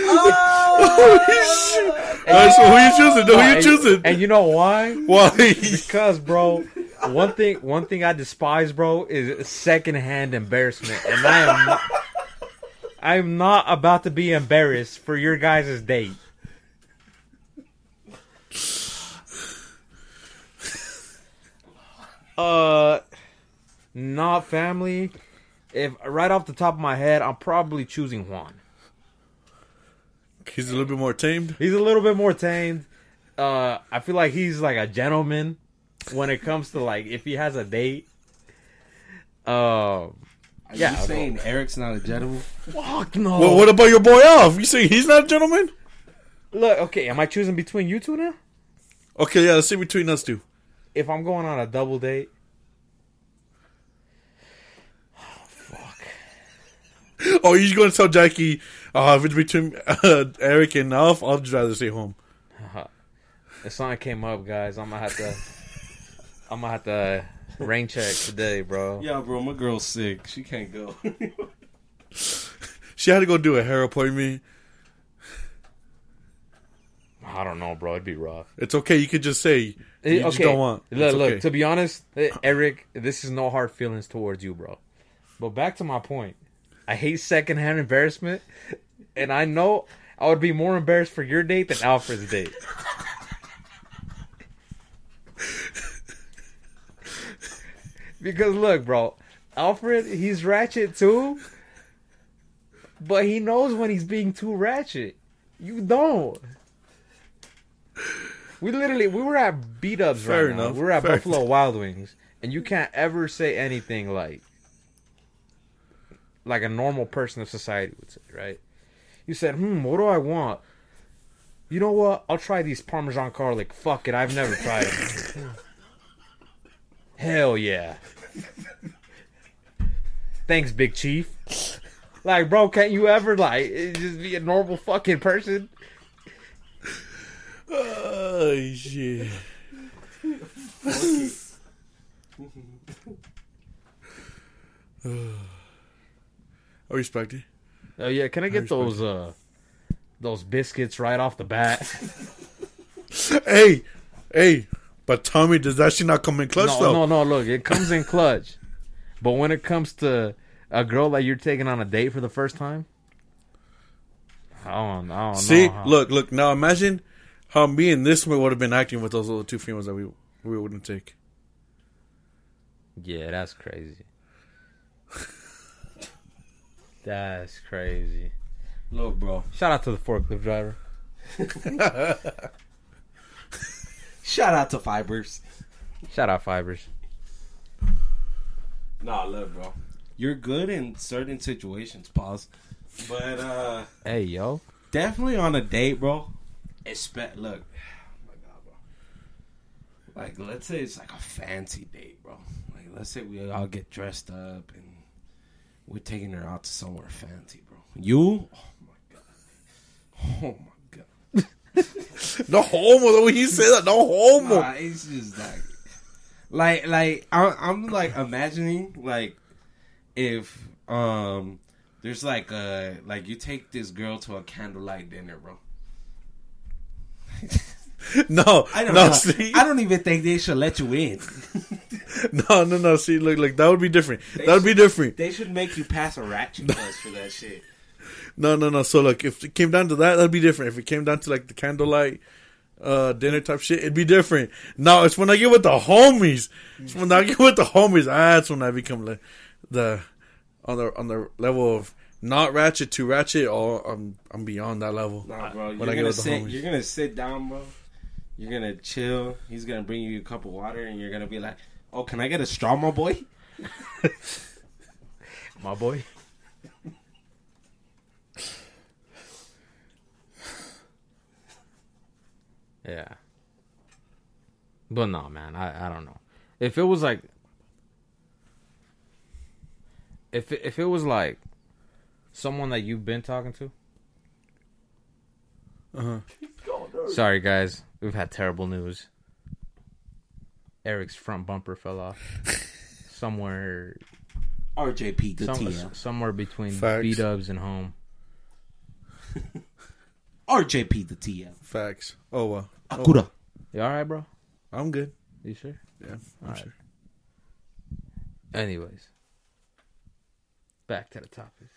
Speaker 3: Alright, so who you choosing? No, who you
Speaker 1: and-
Speaker 3: choosing?
Speaker 1: And you know why?
Speaker 3: Why?
Speaker 1: Because, bro, one thing, one thing I despise, bro, is secondhand embarrassment, and I am, I am not about to be embarrassed for your guys' date. Uh, not family. If right off the top of my head, I'm probably choosing Juan.
Speaker 3: He's a little bit more tamed.
Speaker 1: He's a little bit more tamed. Uh, I feel like he's like a gentleman when it comes to like if he has a date. Um,
Speaker 2: Are
Speaker 1: Yeah,
Speaker 2: you
Speaker 1: well-
Speaker 2: saying Eric's not a gentleman?
Speaker 1: fuck no.
Speaker 3: Well, what about your boy off? You say he's not a gentleman?
Speaker 1: Look, okay, am I choosing between you two now?
Speaker 3: Okay, yeah. Let's see between us two.
Speaker 1: If I'm going on a double date. Fuck.
Speaker 3: Oh, you're going to tell Jackie? Uh, if it's between uh, Eric and Alf, I'll just rather stay home.
Speaker 1: The song came up, guys. I'm gonna have to. I'm gonna have to rain check today, bro.
Speaker 2: Yeah, bro, my girl's sick. She can't go.
Speaker 3: She had to go do a hair appointment.
Speaker 1: I don't know, bro. It'd be rough.
Speaker 3: It's okay. You could just say you
Speaker 1: Eh,
Speaker 3: just don't want.
Speaker 1: Look,
Speaker 3: It's okay.
Speaker 1: look. To be honest, eh, Eric, this is no hard feelings towards you, bro. But back to my point, I hate secondhand embarrassment, and I know I would be more embarrassed for your date than Alfred's date. because look, bro, Alfred, he's ratchet too, but he knows when he's being too ratchet. You don't. We literally we were at beat ups
Speaker 3: Fair
Speaker 1: right now.
Speaker 3: enough.
Speaker 1: We were at
Speaker 3: Fair
Speaker 1: Buffalo Wild Wings, and you can't ever say anything like like a normal person of society would say, right? You said, "Hmm, what do I want?" You know what? I'll try these Parmesan garlic. Fuck it, I've never tried it. Hell yeah. Thanks, Big Chief. Like, bro, can't you ever like just be a normal fucking person?
Speaker 3: Oh shit. I respect it.
Speaker 1: Oh yeah, can I get those uh those biscuits right off the bat?
Speaker 3: Hey, hey, but Tommy, does that shit not come in clutch
Speaker 1: no,
Speaker 3: though?
Speaker 1: no, no. Look, it comes in clutch, but when it comes to a girl that you're taking on a date for the first time, I don't, I don't
Speaker 3: See,
Speaker 1: know. how-
Speaker 3: look, look. Now imagine how me and this one would have been acting with those little two females that we we wouldn't take.
Speaker 1: yeah, that's crazy. that's crazy.
Speaker 2: Look, bro.
Speaker 1: Shout out to the forklift driver.
Speaker 2: Shout out to Fibers.
Speaker 1: Shout out Fibers.
Speaker 2: Nah, look, bro. You're good in certain situations, pause. But uh
Speaker 1: Hey yo,
Speaker 2: definitely on a date, bro. Expect look. Oh my god, bro. Like let's say it's like a fancy date, bro. Like let's say we all get dressed up and we're taking her out to somewhere fancy, bro. You? Oh my god. Oh my god.
Speaker 3: No homo. The way you say that, no homo.
Speaker 2: Nah, it's just like, like, like I'm, I'm like imagining like if um there's like a like you take this girl to a candlelight dinner, bro.
Speaker 3: no,
Speaker 2: I don't
Speaker 3: no.
Speaker 2: know.
Speaker 3: See,
Speaker 2: I don't even think they should let you in.
Speaker 3: no, no, no. See, look, look. That would be different. That would be different.
Speaker 2: They should make you pass a ratchet test for that shit.
Speaker 3: No, no, no. So look, if it came down to that, that'd be different. If it came down to like the candlelight uh dinner type shit, it'd be different. Now it's when I get with the homies. It's when I get with the homies. ah, That's when I become like the on the on the level of not ratchet to ratchet. Or I'm I'm beyond that level.
Speaker 2: Nah, bro. You're
Speaker 3: When I get
Speaker 2: gonna
Speaker 3: with the
Speaker 2: sit.
Speaker 3: homies.
Speaker 2: You're gonna sit down, bro. You're gonna chill. He's gonna bring you a cup of water, and you're gonna be like, "Oh, can I get a straw, my boy?"
Speaker 1: my boy. yeah. But no, man, I, I don't know. If it was like if it, if it was like someone that you've been talking to.
Speaker 3: Uh-huh.
Speaker 1: Sorry guys, we've had terrible news. Eric's front bumper fell off somewhere
Speaker 2: RJP, good
Speaker 1: some,
Speaker 2: TL.
Speaker 1: somewhere between
Speaker 3: Facts.
Speaker 1: B Dubs and home.
Speaker 2: RJP, the TL.
Speaker 3: Facts. Oh well. Oh,
Speaker 2: Akura.
Speaker 1: You all right, bro?
Speaker 3: I'm good.
Speaker 1: You sure?
Speaker 3: Yeah, I'm
Speaker 1: Alright.
Speaker 3: sure.
Speaker 1: Anyways, back to the topic.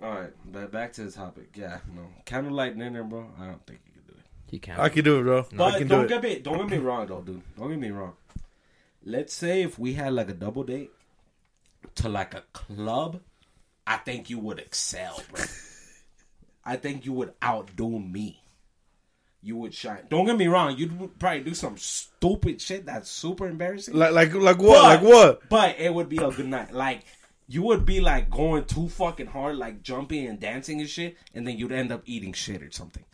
Speaker 2: All right, but back to the topic. Yeah, no, candlelight dinner, bro. I don't think you can do it.
Speaker 1: He can't.
Speaker 3: I can do it, bro.
Speaker 2: But
Speaker 3: I can do
Speaker 2: don't
Speaker 3: it.
Speaker 2: get me don't get me wrong though, dude. Don't get me wrong. Let's say if we had like a double date to like a club, I think you would excel, bro. I think you would outdo me. You would shine. Don't get me wrong. You'd probably do some stupid shit that's super embarrassing.
Speaker 3: Like like like what? like what?
Speaker 2: But it would be a good night. Like you would be like going too fucking hard, like jumping and dancing and shit, and then you'd end up eating shit or something.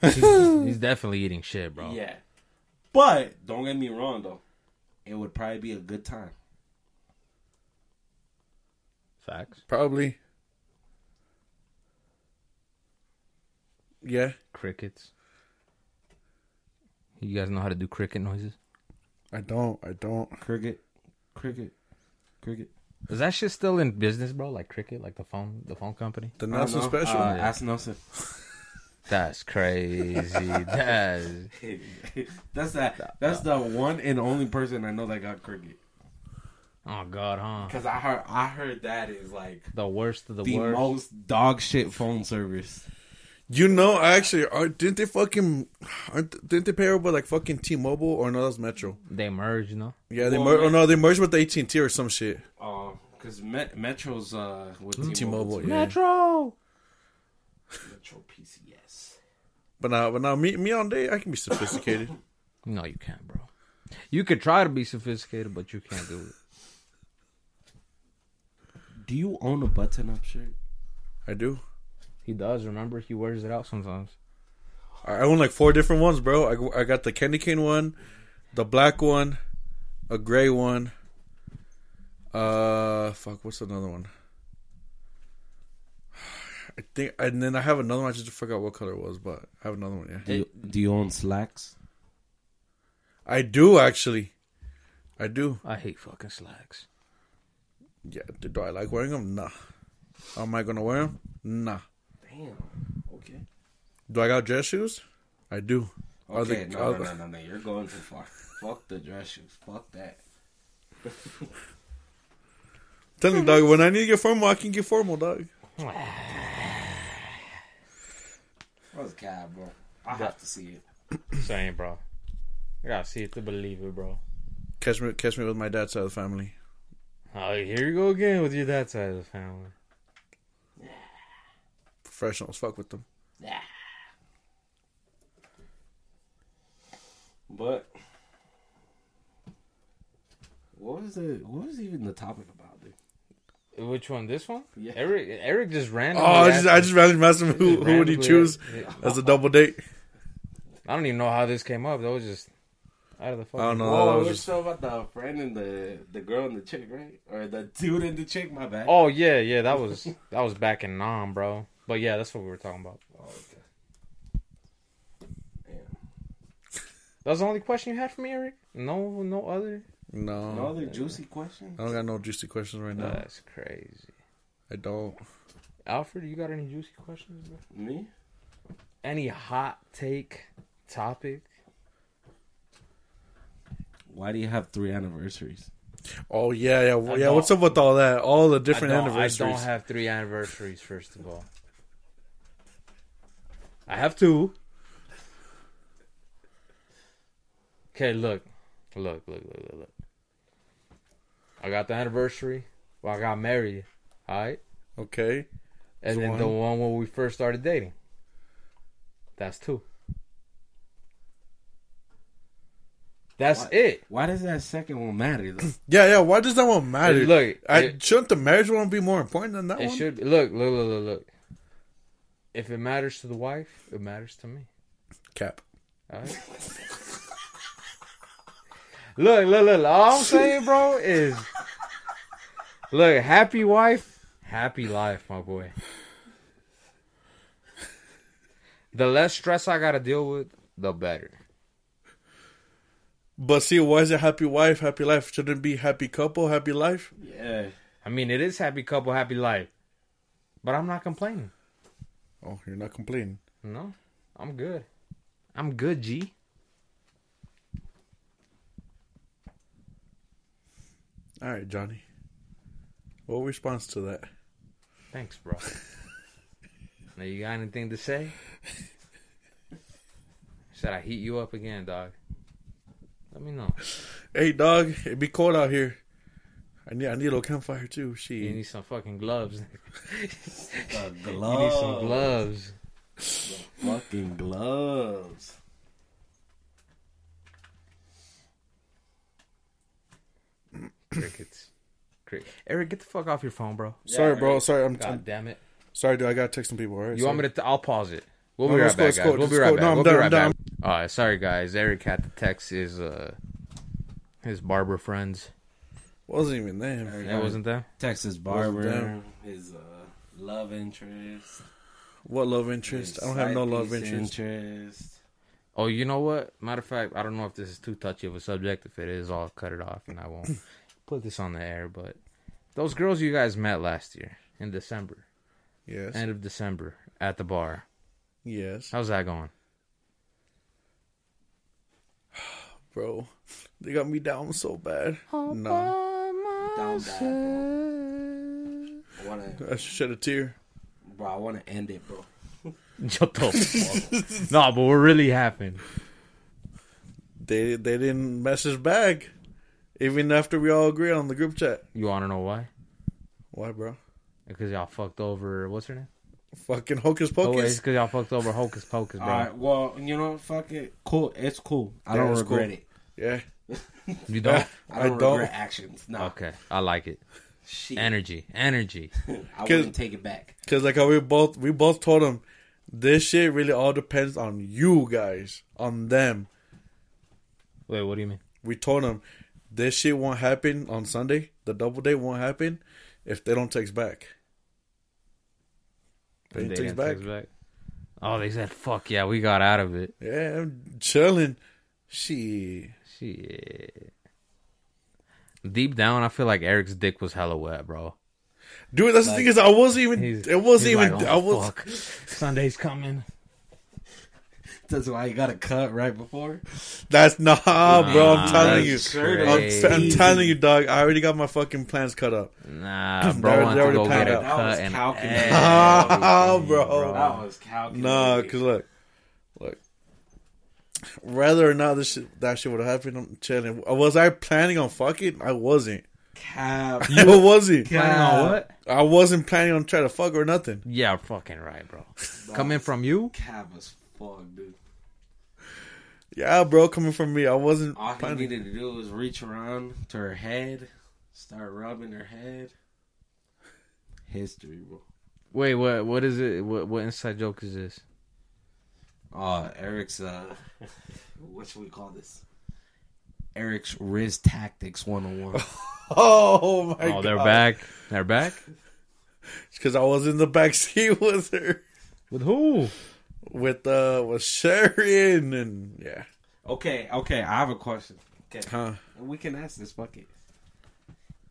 Speaker 1: he's, he's definitely eating shit, bro.
Speaker 2: Yeah. But don't get me wrong though. It would probably be a good time.
Speaker 1: Facts.
Speaker 3: Probably. Yeah,
Speaker 1: Crickets. You guys know how to do cricket noises?
Speaker 3: I don't. I don't.
Speaker 2: Cricket. Cricket. Cricket.
Speaker 1: Is that shit still in business, bro? Like cricket, like the phone, the phone company.
Speaker 3: The not so special.
Speaker 2: Uh, Ask Nelson.
Speaker 1: That's crazy. That's
Speaker 2: that's that. That's the one and only person I know that got cricket.
Speaker 1: oh god, huh?
Speaker 2: Cause I heard I heard that is like
Speaker 1: The worst of the,
Speaker 2: the
Speaker 1: worst.
Speaker 2: most dog shit phone service.
Speaker 3: you know, actually, are, didn't they fucking? Aren't, didn't they pay over by, like fucking T-Mobile or no? That's Metro.
Speaker 1: They merged, you know.
Speaker 3: Yeah, they
Speaker 2: Well,
Speaker 3: mer-
Speaker 2: yeah.
Speaker 3: oh, no, they merged with AT and T or some shit.
Speaker 2: Um, cause Met- Metro's uh with
Speaker 3: Mm, T-Mobile,
Speaker 2: T-Mobile,
Speaker 3: yeah.
Speaker 1: Metro.
Speaker 2: Metro PCS.
Speaker 3: But now, but now, me, me on day, I can be sophisticated.
Speaker 1: No, you can't, bro. You could try to be sophisticated, but you can't do it.
Speaker 2: Do you own a button-up shirt?
Speaker 3: I do.
Speaker 1: He does. Remember, he wears it out sometimes.
Speaker 3: I I own like four different ones, bro. I, I got the candy cane one, the black one, a gray one. Uh, fuck, what's another one? I think, and then I have another one. I just forgot what color it was, but I have another one. Yeah,
Speaker 2: Do you, do you own slacks?
Speaker 3: I do actually. I do.
Speaker 1: I hate fucking slacks.
Speaker 3: Yeah, d- do I like wearing them? Nah. Am I gonna wear them? Nah.
Speaker 2: Damn. Okay.
Speaker 3: Do I got dress shoes? I do. Are
Speaker 2: Okay,
Speaker 3: they-
Speaker 2: no, no,
Speaker 3: are they-
Speaker 2: no, no, no, you're going too far. Fuck the dress shoes. Fuck that.
Speaker 3: Tell me, dog. When I need to get formal, I can get formal, dog.
Speaker 2: That was cab, bro. I have to see it.
Speaker 1: Same, bro. I gotta see it to believe it, bro.
Speaker 3: Catch me, catch me with my dad's side of the family.
Speaker 1: Oh, here you go again with your dad side of the family.
Speaker 3: Professionals, fuck with them.
Speaker 2: But what was the what was even the topic about, dude?
Speaker 1: Which one? This one?
Speaker 2: Yeah.
Speaker 1: Eric. Eric just randomly.
Speaker 3: Oh, I
Speaker 1: asked
Speaker 3: just, I
Speaker 1: me-
Speaker 3: just randomly asked him who, who would
Speaker 1: randomly
Speaker 3: he choose
Speaker 1: asked-
Speaker 3: as a double date.
Speaker 1: I don't even know how this came up. That was just out of the fucking.
Speaker 3: I don't know.
Speaker 2: Oh,
Speaker 3: that
Speaker 2: we're
Speaker 3: was just-
Speaker 2: still about the friend and the the girl and the chick, right? Or the dude and the chick? My bad.
Speaker 1: Oh yeah, yeah. That was that was back in Nam, bro. But yeah, that's what we were talking about.
Speaker 2: Oh, okay. Yeah.
Speaker 1: That was the only question you had for me, Eric. No, no other.
Speaker 3: no,
Speaker 2: No other juicy question?
Speaker 3: I don't got no juicy questions right now.
Speaker 1: That's crazy.
Speaker 3: I don't.
Speaker 1: Alfred, you got any juicy questions, bro?
Speaker 2: Me?
Speaker 1: Any hot take topic?
Speaker 2: Why do you have three anniversaries?
Speaker 3: Oh yeah, yeah,
Speaker 1: I
Speaker 3: yeah.
Speaker 1: don't.
Speaker 3: What's up with all that? All the different
Speaker 1: I don't,
Speaker 3: anniversaries.
Speaker 1: I don't have three anniversaries. First of all, I have two. Okay, look, look, look, look, look, look. I got the anniversary Well, I got married. All right.
Speaker 3: Okay.
Speaker 1: And
Speaker 3: The
Speaker 1: then
Speaker 3: one-
Speaker 1: the one when we first started dating. That's two. That's
Speaker 2: What?
Speaker 1: it.
Speaker 2: Why does that second one matter? Though?
Speaker 3: Yeah, yeah. Why does that one matter?
Speaker 1: Look,
Speaker 3: I,
Speaker 1: it-
Speaker 3: shouldn't the marriage one be more important than that
Speaker 1: It
Speaker 3: one?
Speaker 1: should be. Look, look, look, look, look. If it matters to the wife, it matters to me.
Speaker 3: Cap.
Speaker 1: All right? look, look, look. All I'm saying, bro, is look, happy wife, happy life, my boy. The less stress I got to deal with, the better.
Speaker 3: But see, why is it happy wife, happy life? Shouldn't it be happy couple, happy life?
Speaker 2: yeah.
Speaker 1: I mean, it is happy couple, happy life. But I'm not complaining.
Speaker 3: Oh, you're not complaining.
Speaker 1: No, I'm good. I'm good, G.
Speaker 3: All right, Johnny. What response to that?
Speaker 1: Thanks, bro. now you got anything to say? Should I heat you up again, dog? Let me know.
Speaker 3: Hey, dog. It be cold out here. I need I need a little campfire too.
Speaker 1: You
Speaker 3: She.
Speaker 1: need some fucking gloves.
Speaker 2: The
Speaker 1: you
Speaker 2: gloves.
Speaker 1: need
Speaker 3: Oh.
Speaker 1: some gloves.
Speaker 2: Fucking gloves.
Speaker 1: Crickets. Crick. Eric, get the fuck off your phone, bro.
Speaker 3: sorry,
Speaker 2: Yeah,
Speaker 3: bro.
Speaker 2: right.
Speaker 3: Sorry, I'm,
Speaker 1: God
Speaker 3: I'm
Speaker 1: damn it.
Speaker 3: sorry, dude. I gotta text some people. All right.
Speaker 1: You want me to? T- I'll pause it. We'll be
Speaker 3: No,
Speaker 1: right
Speaker 3: let's go,
Speaker 1: back,
Speaker 3: let's
Speaker 1: guys.
Speaker 3: go,
Speaker 1: We'll be
Speaker 3: let's
Speaker 1: right
Speaker 3: go.
Speaker 1: back.
Speaker 3: No, I'm
Speaker 1: we'll be
Speaker 3: done,
Speaker 1: right
Speaker 3: I'm
Speaker 1: back. All right, sorry guys. Eric had to text his uh his barber friends.
Speaker 3: Wasn't even them.
Speaker 1: That wasn't them.
Speaker 2: Texas
Speaker 3: Wasn't
Speaker 2: barber. His uh, love interest.
Speaker 3: What love interest?
Speaker 2: his
Speaker 3: I don't have no
Speaker 2: side
Speaker 3: love
Speaker 2: piece
Speaker 3: interest.
Speaker 2: interest.
Speaker 1: Oh, you know what? Matter of fact, I don't know if this is too touchy of a subject. If it is, I'll cut it off and I won't put this on the air. But those girls you guys met last year in December,
Speaker 3: Yes.
Speaker 1: end of December at the bar.
Speaker 3: yes.
Speaker 1: How's that going?
Speaker 3: Bro, they got me down so bad. No.
Speaker 1: No.
Speaker 2: Down bad, I wanna,
Speaker 3: I shed a tear.
Speaker 2: bro. I wanna end it, bro.
Speaker 1: no, but what really happened?
Speaker 3: They they didn't message back, even after we all agreed on the group chat.
Speaker 1: You want to know why?
Speaker 3: Why, bro?
Speaker 1: Because y'all fucked over. What's her name?
Speaker 3: Fucking hocus
Speaker 1: Oh, wait, it's
Speaker 3: pocus.
Speaker 1: because y'all fucked over Hocus Pocus, bro.
Speaker 2: All right. Well, you know, fuck it. Cool. It's cool. I
Speaker 3: Yeah,
Speaker 2: don't
Speaker 3: it's
Speaker 2: regret
Speaker 3: cool.
Speaker 2: it.
Speaker 3: yeah.
Speaker 1: You don't?
Speaker 2: I don't regret actions. No.
Speaker 1: Okay, I like it.
Speaker 2: Shit.
Speaker 1: Energy, energy.
Speaker 2: I wouldn't take it back.
Speaker 3: Cause like how we both we both told him, this shit really all depends on you guys, on them.
Speaker 1: Wait, what do you mean?
Speaker 3: We told him, this shit won't happen on Sunday. The double day won't happen if they don't text back. They didn't text back.
Speaker 1: Oh, they said, "Fuck yeah, we got out of it."
Speaker 3: Yeah, I'm chilling. She
Speaker 1: Shit. Deep down, I feel like Eric's dick was hella wet, bro.
Speaker 3: dude, that's the thing is I wasn't even
Speaker 1: He's-
Speaker 3: it wasn't
Speaker 1: he's
Speaker 3: even
Speaker 1: like,
Speaker 3: I
Speaker 1: "Oh,
Speaker 3: was
Speaker 1: fuck. Sunday's coming.
Speaker 2: That's why you got to cut right before.
Speaker 3: that's nah, bro, I'm telling you.
Speaker 1: that's
Speaker 2: I'm-
Speaker 3: I'm,
Speaker 1: crazy.
Speaker 3: I'm telling you, dog. I already got my fucking plans cut up.
Speaker 1: Nah,
Speaker 3: They
Speaker 1: bro,
Speaker 3: were-
Speaker 1: want
Speaker 3: they
Speaker 1: to
Speaker 3: were
Speaker 1: go
Speaker 3: planned
Speaker 1: get a
Speaker 3: out.
Speaker 2: That was
Speaker 1: cut and
Speaker 2: calculated.
Speaker 3: Oh,
Speaker 1: everything,
Speaker 3: bro.
Speaker 2: That was calculated.
Speaker 3: Nah, cause look, look. Whether or not this shit, that shit would have happened, I'm chilling. Was I planning on fucking? I wasn't.
Speaker 2: Cap.
Speaker 3: I wasn't.
Speaker 1: Planning on what?
Speaker 3: I wasn't planning on trying to fuck or nothing.
Speaker 1: Yeah, fucking right, bro. Coming from you?
Speaker 2: Cap as fuck, dude.
Speaker 3: Yeah, bro, coming from me, I wasn't
Speaker 2: All he
Speaker 3: planning.
Speaker 2: needed to do was reach around to her head, start rubbing her head. History, bro.
Speaker 1: Wait, what? What is it? What, what inside joke is this?
Speaker 2: Uh, Eric's, uh, what should we call this? Eric's Riz Tactics 101.
Speaker 3: Oh my god!
Speaker 1: oh, they're back. They're back.
Speaker 3: because I was in the back seat with her,
Speaker 1: With who?
Speaker 3: with uh, with Sharon, and yeah,
Speaker 2: okay, okay, I have a question. Okay.
Speaker 3: huh?
Speaker 2: We can ask this bucket.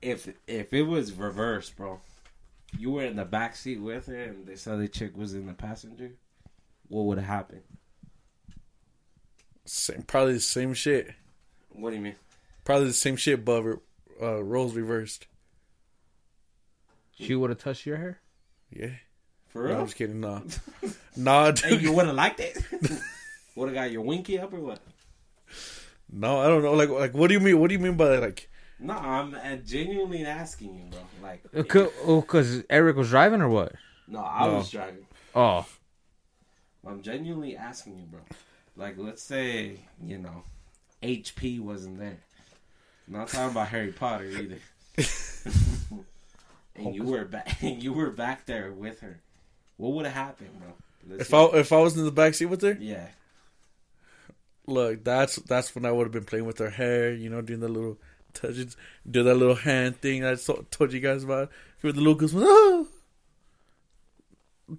Speaker 2: If if it was reversed, bro, you were in the back seat with her, and this other chick was in the passenger. What would have happened?
Speaker 3: Same, probably the same shit.
Speaker 2: What do you mean?
Speaker 3: Probably the same shit, but uh, roles reversed.
Speaker 1: She would have touched your hair.
Speaker 3: Yeah,
Speaker 2: For
Speaker 3: no, I'm
Speaker 2: real?
Speaker 3: just kidding. Nah, nah,
Speaker 2: Hey,
Speaker 3: dude.
Speaker 2: you would have liked it. would have got your winky up or what?
Speaker 3: No, I don't know. Like, like, what do you mean? What do you mean by like?
Speaker 2: No, I'm uh, genuinely asking you, bro. Like,
Speaker 1: Because oh, Eric was driving or what?
Speaker 2: no, I
Speaker 3: No.
Speaker 2: was driving.
Speaker 1: Oh,
Speaker 2: I'm genuinely asking you, bro. Like, let's say you know, HP wasn't there. not talking about Harry Potter either. and you were back. And you were back there with her. What would have happened, bro? Let's
Speaker 3: If
Speaker 2: see.
Speaker 3: I if I was in the back seat with her,
Speaker 2: yeah,
Speaker 3: look, that's that's when I would have been playing with her hair, you know, doing the little touches, do that little hand thing I so, told you guys about. With the little goose, "Ah!"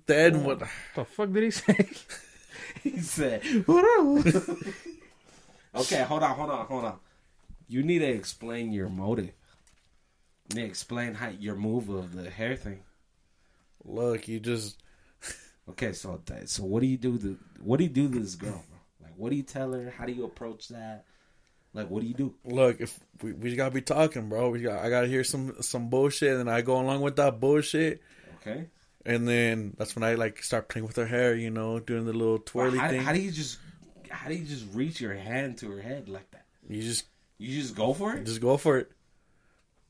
Speaker 3: then what?
Speaker 1: the fuck did he say?
Speaker 2: he said. Okay, hold on, hold on, hold on. You need to explain your motive. You need to explain how your move of the hair thing.
Speaker 3: Look, you just
Speaker 2: Okay, so that, so what do you do to what do you do to this girl? Bro? Like, what do you tell her? How do you approach that? Like, what do you do?
Speaker 3: look. If we, we gotta be talking, bro, we got I gotta hear some some bullshit, and I go along with that bullshit,
Speaker 2: Okay,
Speaker 3: and then that's when I like start playing with her hair, you know, doing the little twirly
Speaker 2: how,
Speaker 3: thing.
Speaker 2: how do you just how do you just reach your hand to her head like that?
Speaker 3: you just
Speaker 2: You just go for it.
Speaker 3: just go for it.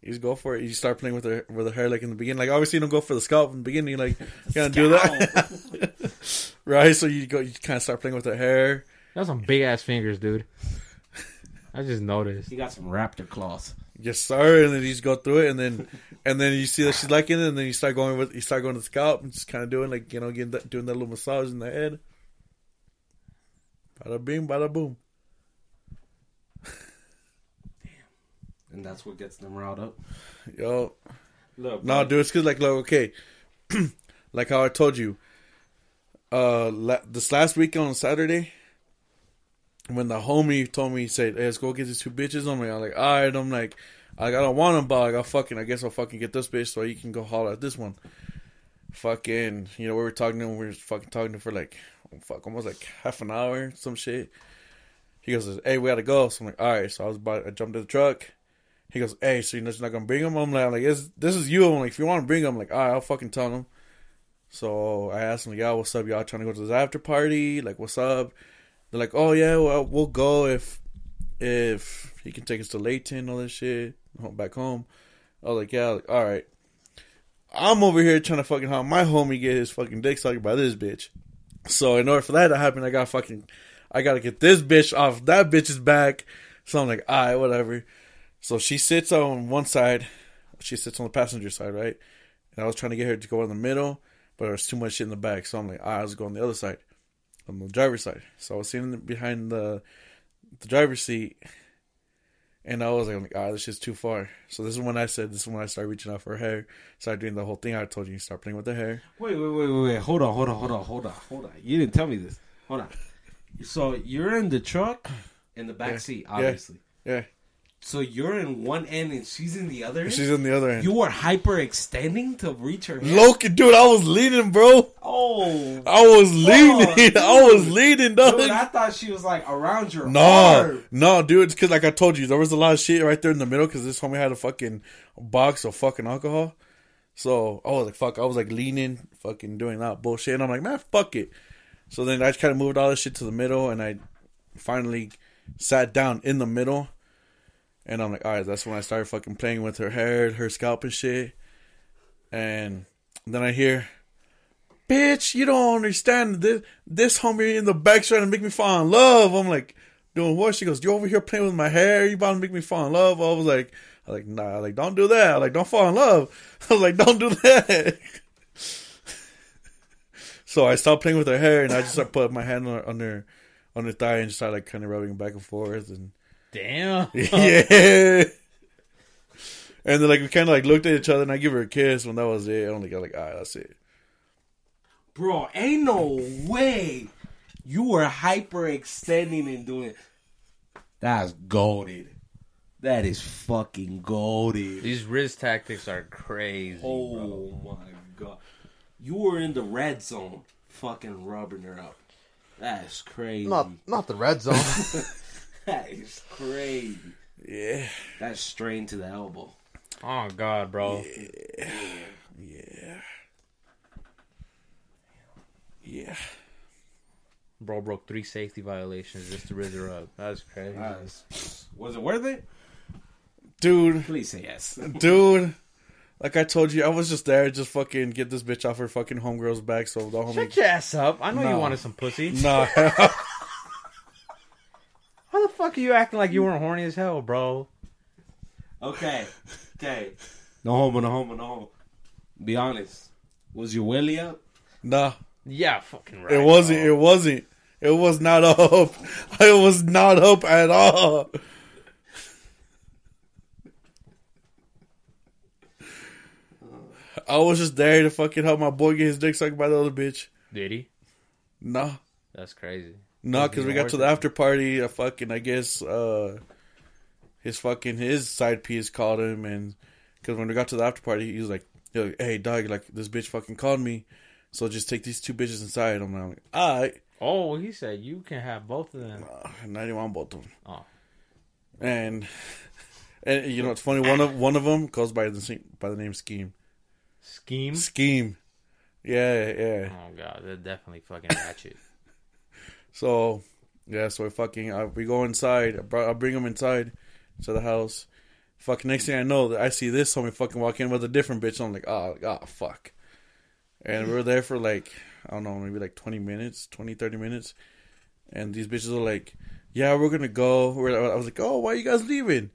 Speaker 3: You just go for it. You start playing with her with her hair like in the beginning. Like obviously you don't go for the scalp in the beginning. Like you gotta do that, right? So you go. You kind of start playing with her hair.
Speaker 1: That's some big ass fingers, dude. I just noticed.
Speaker 2: He got some raptor claws.
Speaker 3: Yes, sir. And then you just go through it, and then and then you see that she's liking it, and then you start going with you start going to the scalp and just kind of doing like you know getting that, doing that little massage in the head. Bada bing, bada boom.
Speaker 2: And that's what gets them riled up.
Speaker 3: Yo,
Speaker 2: Look,
Speaker 3: No, dude, it's because like, like okay, like how I told you, uh, la- this last weekend on Saturday, when the homie told me, he said, "Hey, let's go get these two bitches on me." I'm like, all right. I'm like, I don't want them, but I got fucking. I guess I'll fucking get this bitch so you can go holler at this one. Fucking, you know, we were talking to him. We were fucking talking to him for like, oh, fuck, almost like half an hour, some shit. He goes, "Hey, we gotta go." So I'm like, "All right." So I was about, I jumped in the truck. He goes, "Hey, so you're just not gonna bring him?" I'm like, I'm like, this, this is you." I'm like, if you want to bring him, like, all right, I'll fucking tell him. So I asked him, like, "Yeah, what's up? Y'all trying to go to this after party? Like, what's up?" They're like, "Oh yeah, well, we'll go if if he can take us to Layton, all this shit, home, back home." I was like, "Yeah, like, all right." I'm over here trying to fucking help my homie get his fucking dick sucked by this bitch. So in order for that to happen, I got fucking, I gotta get this bitch off that bitch's back. So I'm like, all right, whatever. So she sits on one side. She sits on the passenger side, right? And I was trying to get her to go in the middle, but there's too much shit in the back. So I'm like, ah, let's go on the other side, on the driver's side. So I was sitting behind the the driver's seat, and I was like, I'm like, ah, this shit's too far. So this is when I said, this is when I started reaching out for her hair, started doing the whole thing I told you, start playing with the hair.
Speaker 2: Wait, wait, wait, wait, wait. Hold on, hold on, hold on, hold on, hold on. You didn't tell me this. Hold on. So you're in the truck in the back
Speaker 3: Yeah,
Speaker 2: seat,
Speaker 3: yeah.
Speaker 2: obviously.
Speaker 3: Yeah,
Speaker 2: So you're in one end and she's in the other end?
Speaker 3: she's on the other end.
Speaker 2: you were hyper extending to reach her hand?
Speaker 3: Loki, dude, I was leading, bro.
Speaker 2: Oh.
Speaker 3: I was leading.
Speaker 2: dude.
Speaker 3: I was leading, dog.
Speaker 2: Dude, I thought she was like around your
Speaker 3: No,
Speaker 2: arm.
Speaker 3: no, dude. It's because, like I told you, there was a lot of shit right there in the middle because this homie had a fucking box of fucking alcohol. So I was like, fuck. I was like leaning, fucking doing that bullshit. And I'm like, man, fuck it. So then I just kind of moved all this shit to the middle and I finally sat down in the middle. And I'm like, all right, that's when I started fucking playing with her hair, her scalp and shit. And then I hear, bitch, you don't understand this. This homie in the back trying to make me fall in love. I'm like, doing what? She goes, you over here playing with my hair. You about to make me fall in love? I was like, I like nah, like don't do that. like don't fall in love. I was like, don't do that. so I stopped playing with her hair and I just like, put my hand on her, on her on her thigh and just started like kind of rubbing back and forth and
Speaker 1: Damn.
Speaker 3: yeah. And then like we kind of like looked at each other and I give her a kiss when that was it. I'm like, I'm like, all right, that's it.
Speaker 2: Bro, ain't no way you were hyper extending and doing. That's goaded. That is fucking goaded.
Speaker 1: These wrist tactics are crazy.
Speaker 2: Oh my god. You were in the red zone fucking rubbing her up. That's crazy.
Speaker 1: not the red zone.
Speaker 2: That is crazy.
Speaker 3: Yeah.
Speaker 2: That's strain to the elbow.
Speaker 1: oh god, bro.
Speaker 3: Yeah. Yeah.
Speaker 1: Bro broke three safety violations just to rid her up. That's crazy.
Speaker 2: That is- was it worth it?
Speaker 3: Dude,
Speaker 2: Please say yes.
Speaker 3: dude. Like I told you, I was just there, just fucking get this bitch off her fucking homegirl's back. So the homie,
Speaker 1: Shut your ass up. I know you
Speaker 3: No.
Speaker 1: wanted some pussy.
Speaker 3: nah,
Speaker 1: How the fuck are you acting like you weren't horny as hell, bro?
Speaker 2: Okay. Okay. No homo, no homo, no homo. Be honest. Was your willy up?
Speaker 3: nah.
Speaker 1: Yeah, fucking right.
Speaker 3: It wasn't.
Speaker 1: bro.
Speaker 3: It wasn't. It was not up. It was not up at all. I was just there to fucking help my boy get his dick sucked by the other bitch.
Speaker 1: Did he?
Speaker 3: Nah,
Speaker 1: That's crazy.
Speaker 3: nah, because we got to the after party. I fucking, I guess, uh, his fucking his side piece called him, and because when we got to the after party, he was like, he was like, "Hey, dog, like this bitch fucking called me, so just take these two bitches inside." I'm like, "All right."
Speaker 1: Oh, he said you can have both of them.
Speaker 3: Uh, and I didn't want both of them.
Speaker 1: Oh.
Speaker 3: And and you know it's funny. One of one of them goes by the same, by the name Scheme.
Speaker 1: Scheme?
Speaker 3: Scheme. Yeah, yeah.
Speaker 1: Oh god, they're definitely fucking ratchet.
Speaker 3: So yeah, so we fucking I, we go inside. I, brought, I bring him inside to the house. Fuck. Next thing I know, that I see this homie fucking walk in with a different bitch. I'm like, oh, oh, fuck. And we were there for like I don't know, maybe like 20 minutes, 20, 30 minutes. And these bitches are like, yeah, we're gonna go. We're, I was like, oh, why you guys leaving?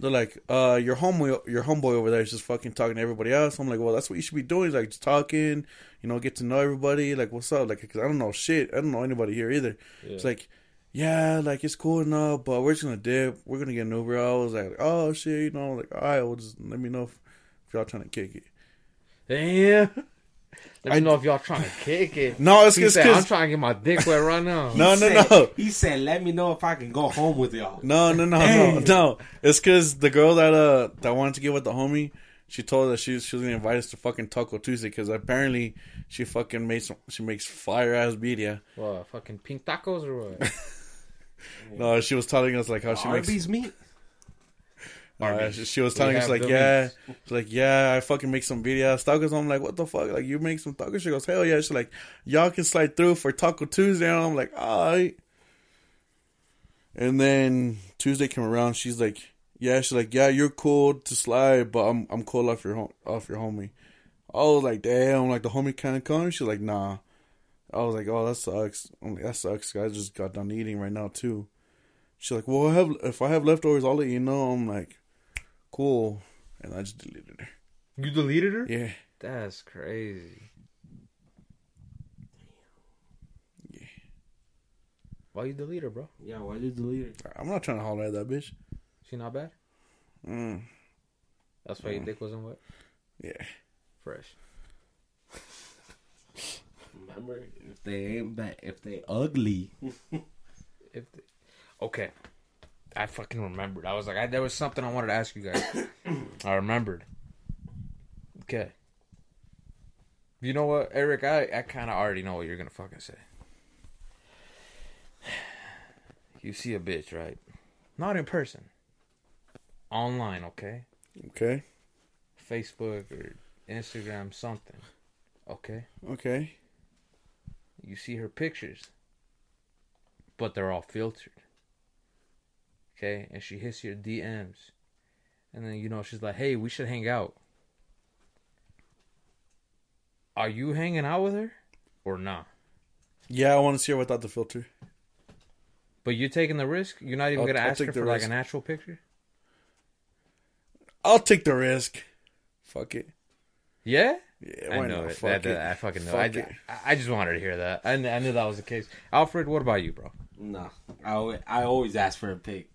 Speaker 3: They're like, uh, your homeboy, your homeboy over there is just fucking talking to everybody else. I'm like, well, that's what you should be doing, He's like just talking, you know, get to know everybody. Like, what's up? Like, 'cause I don't know shit. I don't know anybody here either. It's like, yeah, like it's cool enough, but we're just gonna dip. We're gonna get an Uber. I was like, oh shit, you know, like all right, well, just let me know if, if y'all trying to kick it.
Speaker 1: Damn. Let me
Speaker 3: I-
Speaker 1: know if y'all trying to kick it.
Speaker 3: No, it's
Speaker 1: he
Speaker 3: just
Speaker 1: said, I'm
Speaker 3: cause,
Speaker 1: trying to get my dick wet right now.
Speaker 3: No,
Speaker 2: He
Speaker 3: no,
Speaker 2: said-
Speaker 3: no.
Speaker 2: He said, let me know if I can go home with y'all.
Speaker 3: no, no, no, no, no. It's cause the girl that uh that wanted to get with the homie, she told us she she was gonna invite us to fucking Taco Tuesday because apparently she fucking made some she makes fire ass media.
Speaker 1: What, fucking pink tacos or what?
Speaker 3: No, she was telling us like how she makes
Speaker 2: Arby's meat?
Speaker 3: Uh, she, she was
Speaker 1: We
Speaker 3: telling us
Speaker 1: have
Speaker 3: like,
Speaker 1: the
Speaker 3: yeah,
Speaker 1: links.
Speaker 3: she's like, yeah, I fucking make some videos. Tacos. I'm like, what the fuck? Like, you make some tacos? She goes, hell yeah. She's like, y'all can slide through for Taco Tuesday. And I'm like, all right. And then Tuesday came around. She's like, yeah. She's like, yeah, you're cool to slide, but I'm I'm cool off your home off your homie. I was like, damn, like the homie kind of coming. She's like, nah. I was like, oh, that sucks. I'm like, that sucks. 'cause I just got done eating right now too. She's like, well, I have if I have leftovers, I'll let you know. I'm like cool. And I just deleted her.
Speaker 1: You deleted her?
Speaker 3: Yeah.
Speaker 1: That's crazy.
Speaker 3: Yeah.
Speaker 1: Why you delete her, bro?
Speaker 2: Yeah, why did you delete it?
Speaker 3: I'm not trying to holler at that bitch.
Speaker 1: She not bad?
Speaker 3: Mm.
Speaker 1: That's why your dick wasn't wet?
Speaker 3: Yeah.
Speaker 1: Fresh.
Speaker 2: Remember, if they ain't bad, if they ugly.
Speaker 1: If the- okay, I fucking remembered. I was like, I, there was something I wanted to ask you guys. I remembered. Okay. You know what, Eric? I, I kind of already know what you're gonna fucking say. You see a bitch, right? Not in person. Online, okay?
Speaker 3: Okay.
Speaker 1: Facebook or Instagram, something. Okay.
Speaker 3: Okay.
Speaker 1: You see her pictures, but they're all filtered. Okay, and she hits your DMs, and then you know she's like, "Hey, we should hang out." Are you hanging out with her or not?
Speaker 3: Yeah, I want to see her without the filter.
Speaker 1: But you're taking the risk. You're not even
Speaker 3: I'll-
Speaker 1: gonna
Speaker 3: I'll
Speaker 1: ask
Speaker 3: take
Speaker 1: her
Speaker 3: the
Speaker 1: for like
Speaker 3: risk.
Speaker 1: an actual picture.
Speaker 3: I'll take the risk. Fuck it.
Speaker 1: Yeah,
Speaker 3: Yeah,
Speaker 1: I
Speaker 3: why
Speaker 1: know
Speaker 3: not?
Speaker 1: it.
Speaker 3: Fuck
Speaker 1: That,
Speaker 3: it.
Speaker 1: that- I fucking know.
Speaker 3: Fuck
Speaker 1: I,
Speaker 3: it.
Speaker 1: I, I just wanted to hear that. I, kn- I knew that was the case. Alfred, what about you, bro?
Speaker 2: No, I, alwa- I always ask for a pic.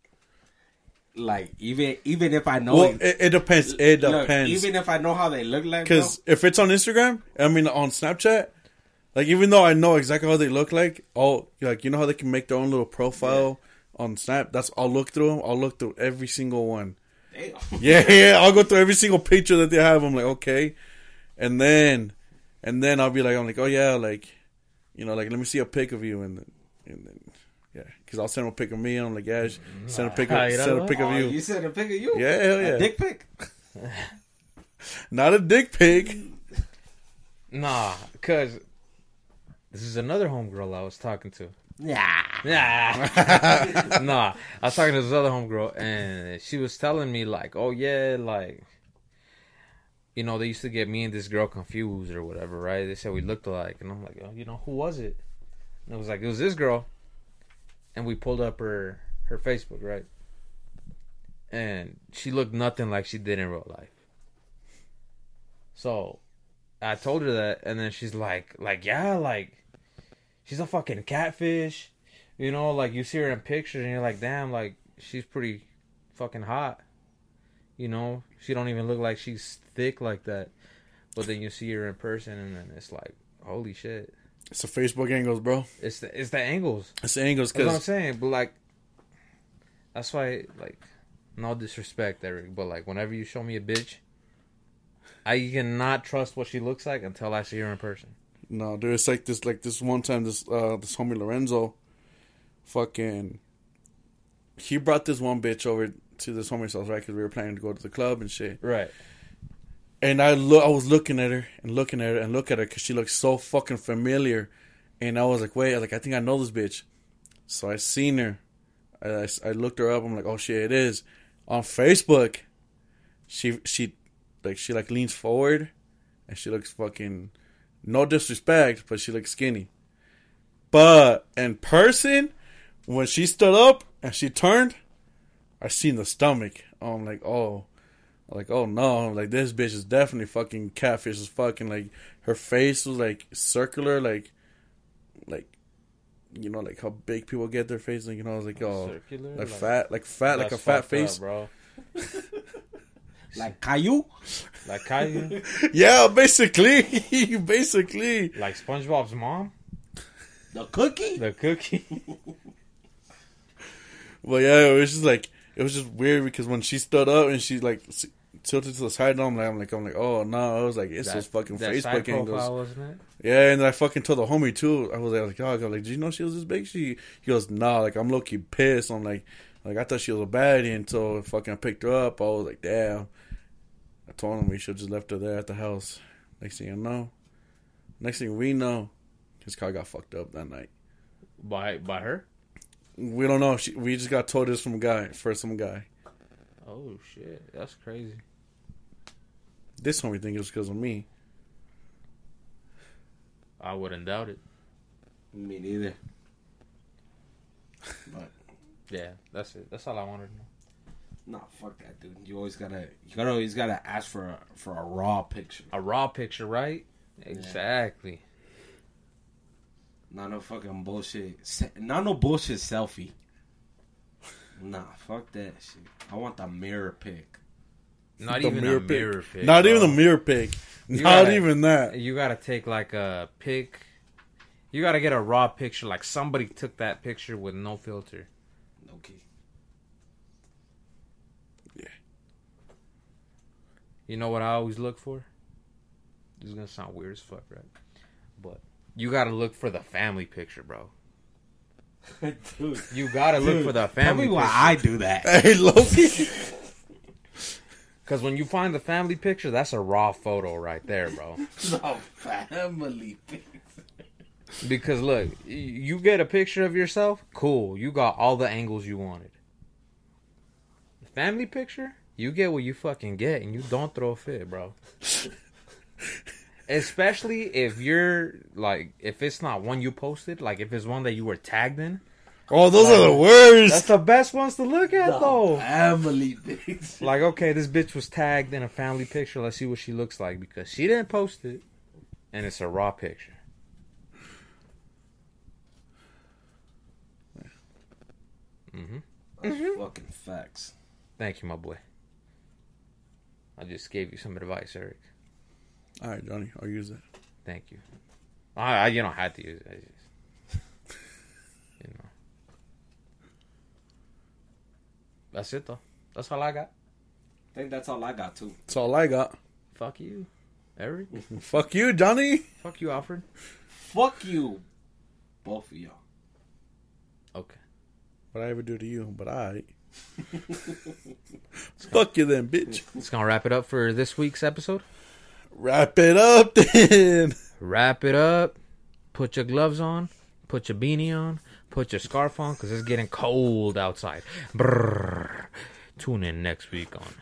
Speaker 2: Like even even if I know
Speaker 3: Well, it, it depends. It
Speaker 2: look,
Speaker 3: depends.
Speaker 2: even if I know how they look like, bro,
Speaker 3: Because if it's on Instagram, I mean on Snapchat, like even though I know exactly how they look like, oh, like you know how they can make their own little profile on Snap. That's I'll look through them. I'll look through every single one.
Speaker 2: damn.
Speaker 3: Yeah, yeah. I'll go through every single picture that they have. I'm like, okay, and then, and then I'll be like, I'm like, oh yeah, like, you know, like let me see a pic of you, and then, and then, yeah, because I'll send a pic of me. I'm like, yeah, sh- send a pic,
Speaker 1: Ah,
Speaker 3: of,
Speaker 1: you know
Speaker 3: send a
Speaker 1: what?
Speaker 3: pic of
Speaker 2: Oh,
Speaker 3: you.
Speaker 2: you sent a pic of you?
Speaker 3: Yeah, hell
Speaker 2: A
Speaker 3: yeah.
Speaker 2: dick pic?
Speaker 3: Not a dick pic.
Speaker 1: Nah, cause this is another homegirl I was talking to.
Speaker 2: Nah.
Speaker 1: nah, nah. I was talking to this other homegirl, and she was telling me like, "Oh yeah, like, you know, they used to get me and this girl confused or whatever, right? They said we looked alike, and I'm like, oh, you know, who was it? And it was like it was this girl, and we pulled up her her Facebook, right? And she looked nothing like she did in real life. So, I told her that, and then she's like, like, yeah, like, she's a fucking catfish. You know, like you see her in pictures and you're like, damn, like she's pretty fucking hot. You know, she don't even look like she's thick like that. But then you see her in person and then it's like, holy shit.
Speaker 3: It's the Facebook angles, bro.
Speaker 1: It's the it's the angles.
Speaker 3: It's the angles
Speaker 1: That's what I'm
Speaker 3: because
Speaker 1: saying. But like that's why like no disrespect, Eric, but like whenever you show me a bitch, I cannot trust what she looks like until I see her in person.
Speaker 3: no, dude, it's like this. Like this one time, this uh this homie Lorenzo, fucking, he brought this one bitch over to this homie's house, right? Because we were planning to go to the club and shit.
Speaker 1: Right.
Speaker 3: And I look, I was looking at her and looking at her and look at her because she looked so fucking familiar, and I was like, wait, I was like I think I know this bitch. So I seen her, I, I s- I looked her up. I'm like, oh shit, it is on Facebook. She she like she like leans forward, and she looks fucking no disrespect, but she looks skinny. But in person, when she stood up and she turned, I seen the stomach. I'm like, oh. I'm like, oh no, I'm like this bitch is definitely fucking catfish is fucking like her face was like circular, like like you know, like how big people get their face, like you know, I was like, oh
Speaker 1: Circular,
Speaker 3: like, fat, like fat, like a
Speaker 1: That's
Speaker 3: fat
Speaker 1: fucked up,
Speaker 3: face.
Speaker 1: bro.
Speaker 2: Like Caillou?
Speaker 1: Like Caillou,
Speaker 3: yeah, basically, basically.
Speaker 1: like SpongeBob's mom,
Speaker 2: The cookie?
Speaker 1: the cookie.
Speaker 3: But yeah, it was just like it was just weird because when she stood up and she like s- tilted to the side, I'm like, I'm like, I'm like, oh no, I was like, it's those fucking Facebook angles.
Speaker 1: wasn't it?
Speaker 3: Yeah, and then I fucking told the homie too. I was like, oh, I go, like, did you know she was this big? She he goes, nah, like I'm low key pissed. I'm like, like I thought she was a baddie until I fucking picked her up. I was like, damn. I told him we should just left her there at the house. Next thing you know, next thing we know, his car got fucked up that night.
Speaker 1: By by her?
Speaker 3: We don't know. She, we just got told this from a guy, first some guy.
Speaker 1: Oh shit, that's crazy.
Speaker 3: This homie think it was because of me.
Speaker 1: I wouldn't doubt it.
Speaker 2: Me neither. But
Speaker 1: Yeah, that's it. That's all I wanted to know.
Speaker 2: nah, fuck that dude. You always gotta you gotta always gotta ask for a for a raw picture.
Speaker 1: A raw picture, right? Exactly.
Speaker 2: Not no fucking bullshit. se- Not no bullshit selfie. Nah, fuck that shit. I want the mirror pic.
Speaker 1: Not
Speaker 3: The
Speaker 1: even a
Speaker 3: pic.
Speaker 1: mirror pic.
Speaker 3: Not
Speaker 1: bro.
Speaker 3: even a mirror pic.
Speaker 1: You
Speaker 3: Not
Speaker 1: gotta-
Speaker 3: even that.
Speaker 1: You gotta take like a pic. You gotta get a raw picture. Like somebody took that picture with no filter.
Speaker 2: Okay.
Speaker 1: You know what I always look for? This is gonna sound weird as fuck, right? But you gotta look for the family picture, bro.
Speaker 2: dude,
Speaker 1: You gotta look for the
Speaker 2: tell me
Speaker 1: family
Speaker 2: why
Speaker 1: picture.
Speaker 2: I do that.
Speaker 3: Hey, Loki.
Speaker 1: Because when you find the family picture, that's a raw photo right there, bro.
Speaker 2: the family pic.
Speaker 1: Because look, y- you get a picture of yourself, cool. You got all the angles you wanted. The family picture, you get what you fucking get, and you don't throw a fit, bro. Especially if you're like, if it's not one you posted, like if it's one that you were tagged in,
Speaker 3: Oh, those are the
Speaker 1: That's
Speaker 3: worst.
Speaker 1: the best ones to look at,
Speaker 2: The
Speaker 1: though.
Speaker 2: family pics.
Speaker 1: Like, okay, this bitch was tagged in a family picture. Let's see what she looks like because she didn't post it, and it's a raw picture.
Speaker 2: That's fucking facts.
Speaker 1: Thank you, my boy. I just gave you some advice, Eric.
Speaker 3: All right, Johnny, I'll use it.
Speaker 1: Thank you. I, I you don't have to use it. I just- you know. That's it, though. That's all I got.
Speaker 2: I think that's all I got too.
Speaker 3: That's all I got.
Speaker 1: Fuck you, Eric.
Speaker 3: Fuck you, Johnny.
Speaker 1: Fuck you, Alfred.
Speaker 2: Fuck you, both of y'all.
Speaker 1: Okay.
Speaker 3: What I ever do to you? But I. Fuck you then, bitch.
Speaker 1: It's gonna wrap it up for this week's episode.
Speaker 3: Wrap it up then.
Speaker 1: wrap it up, put your gloves on, put your beanie on, Put your scarf on because it's getting cold outside. Brrr. Tune in next week on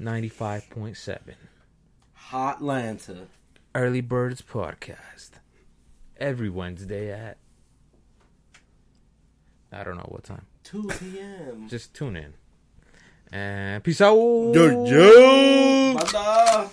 Speaker 1: 95.7
Speaker 2: Hot Lanta.
Speaker 1: Early Birds Podcast. Every Wednesday at. I don't know what time.
Speaker 2: 2 p.m.
Speaker 1: Just tune in. And peace out.
Speaker 3: Yo, yo.
Speaker 2: Banda.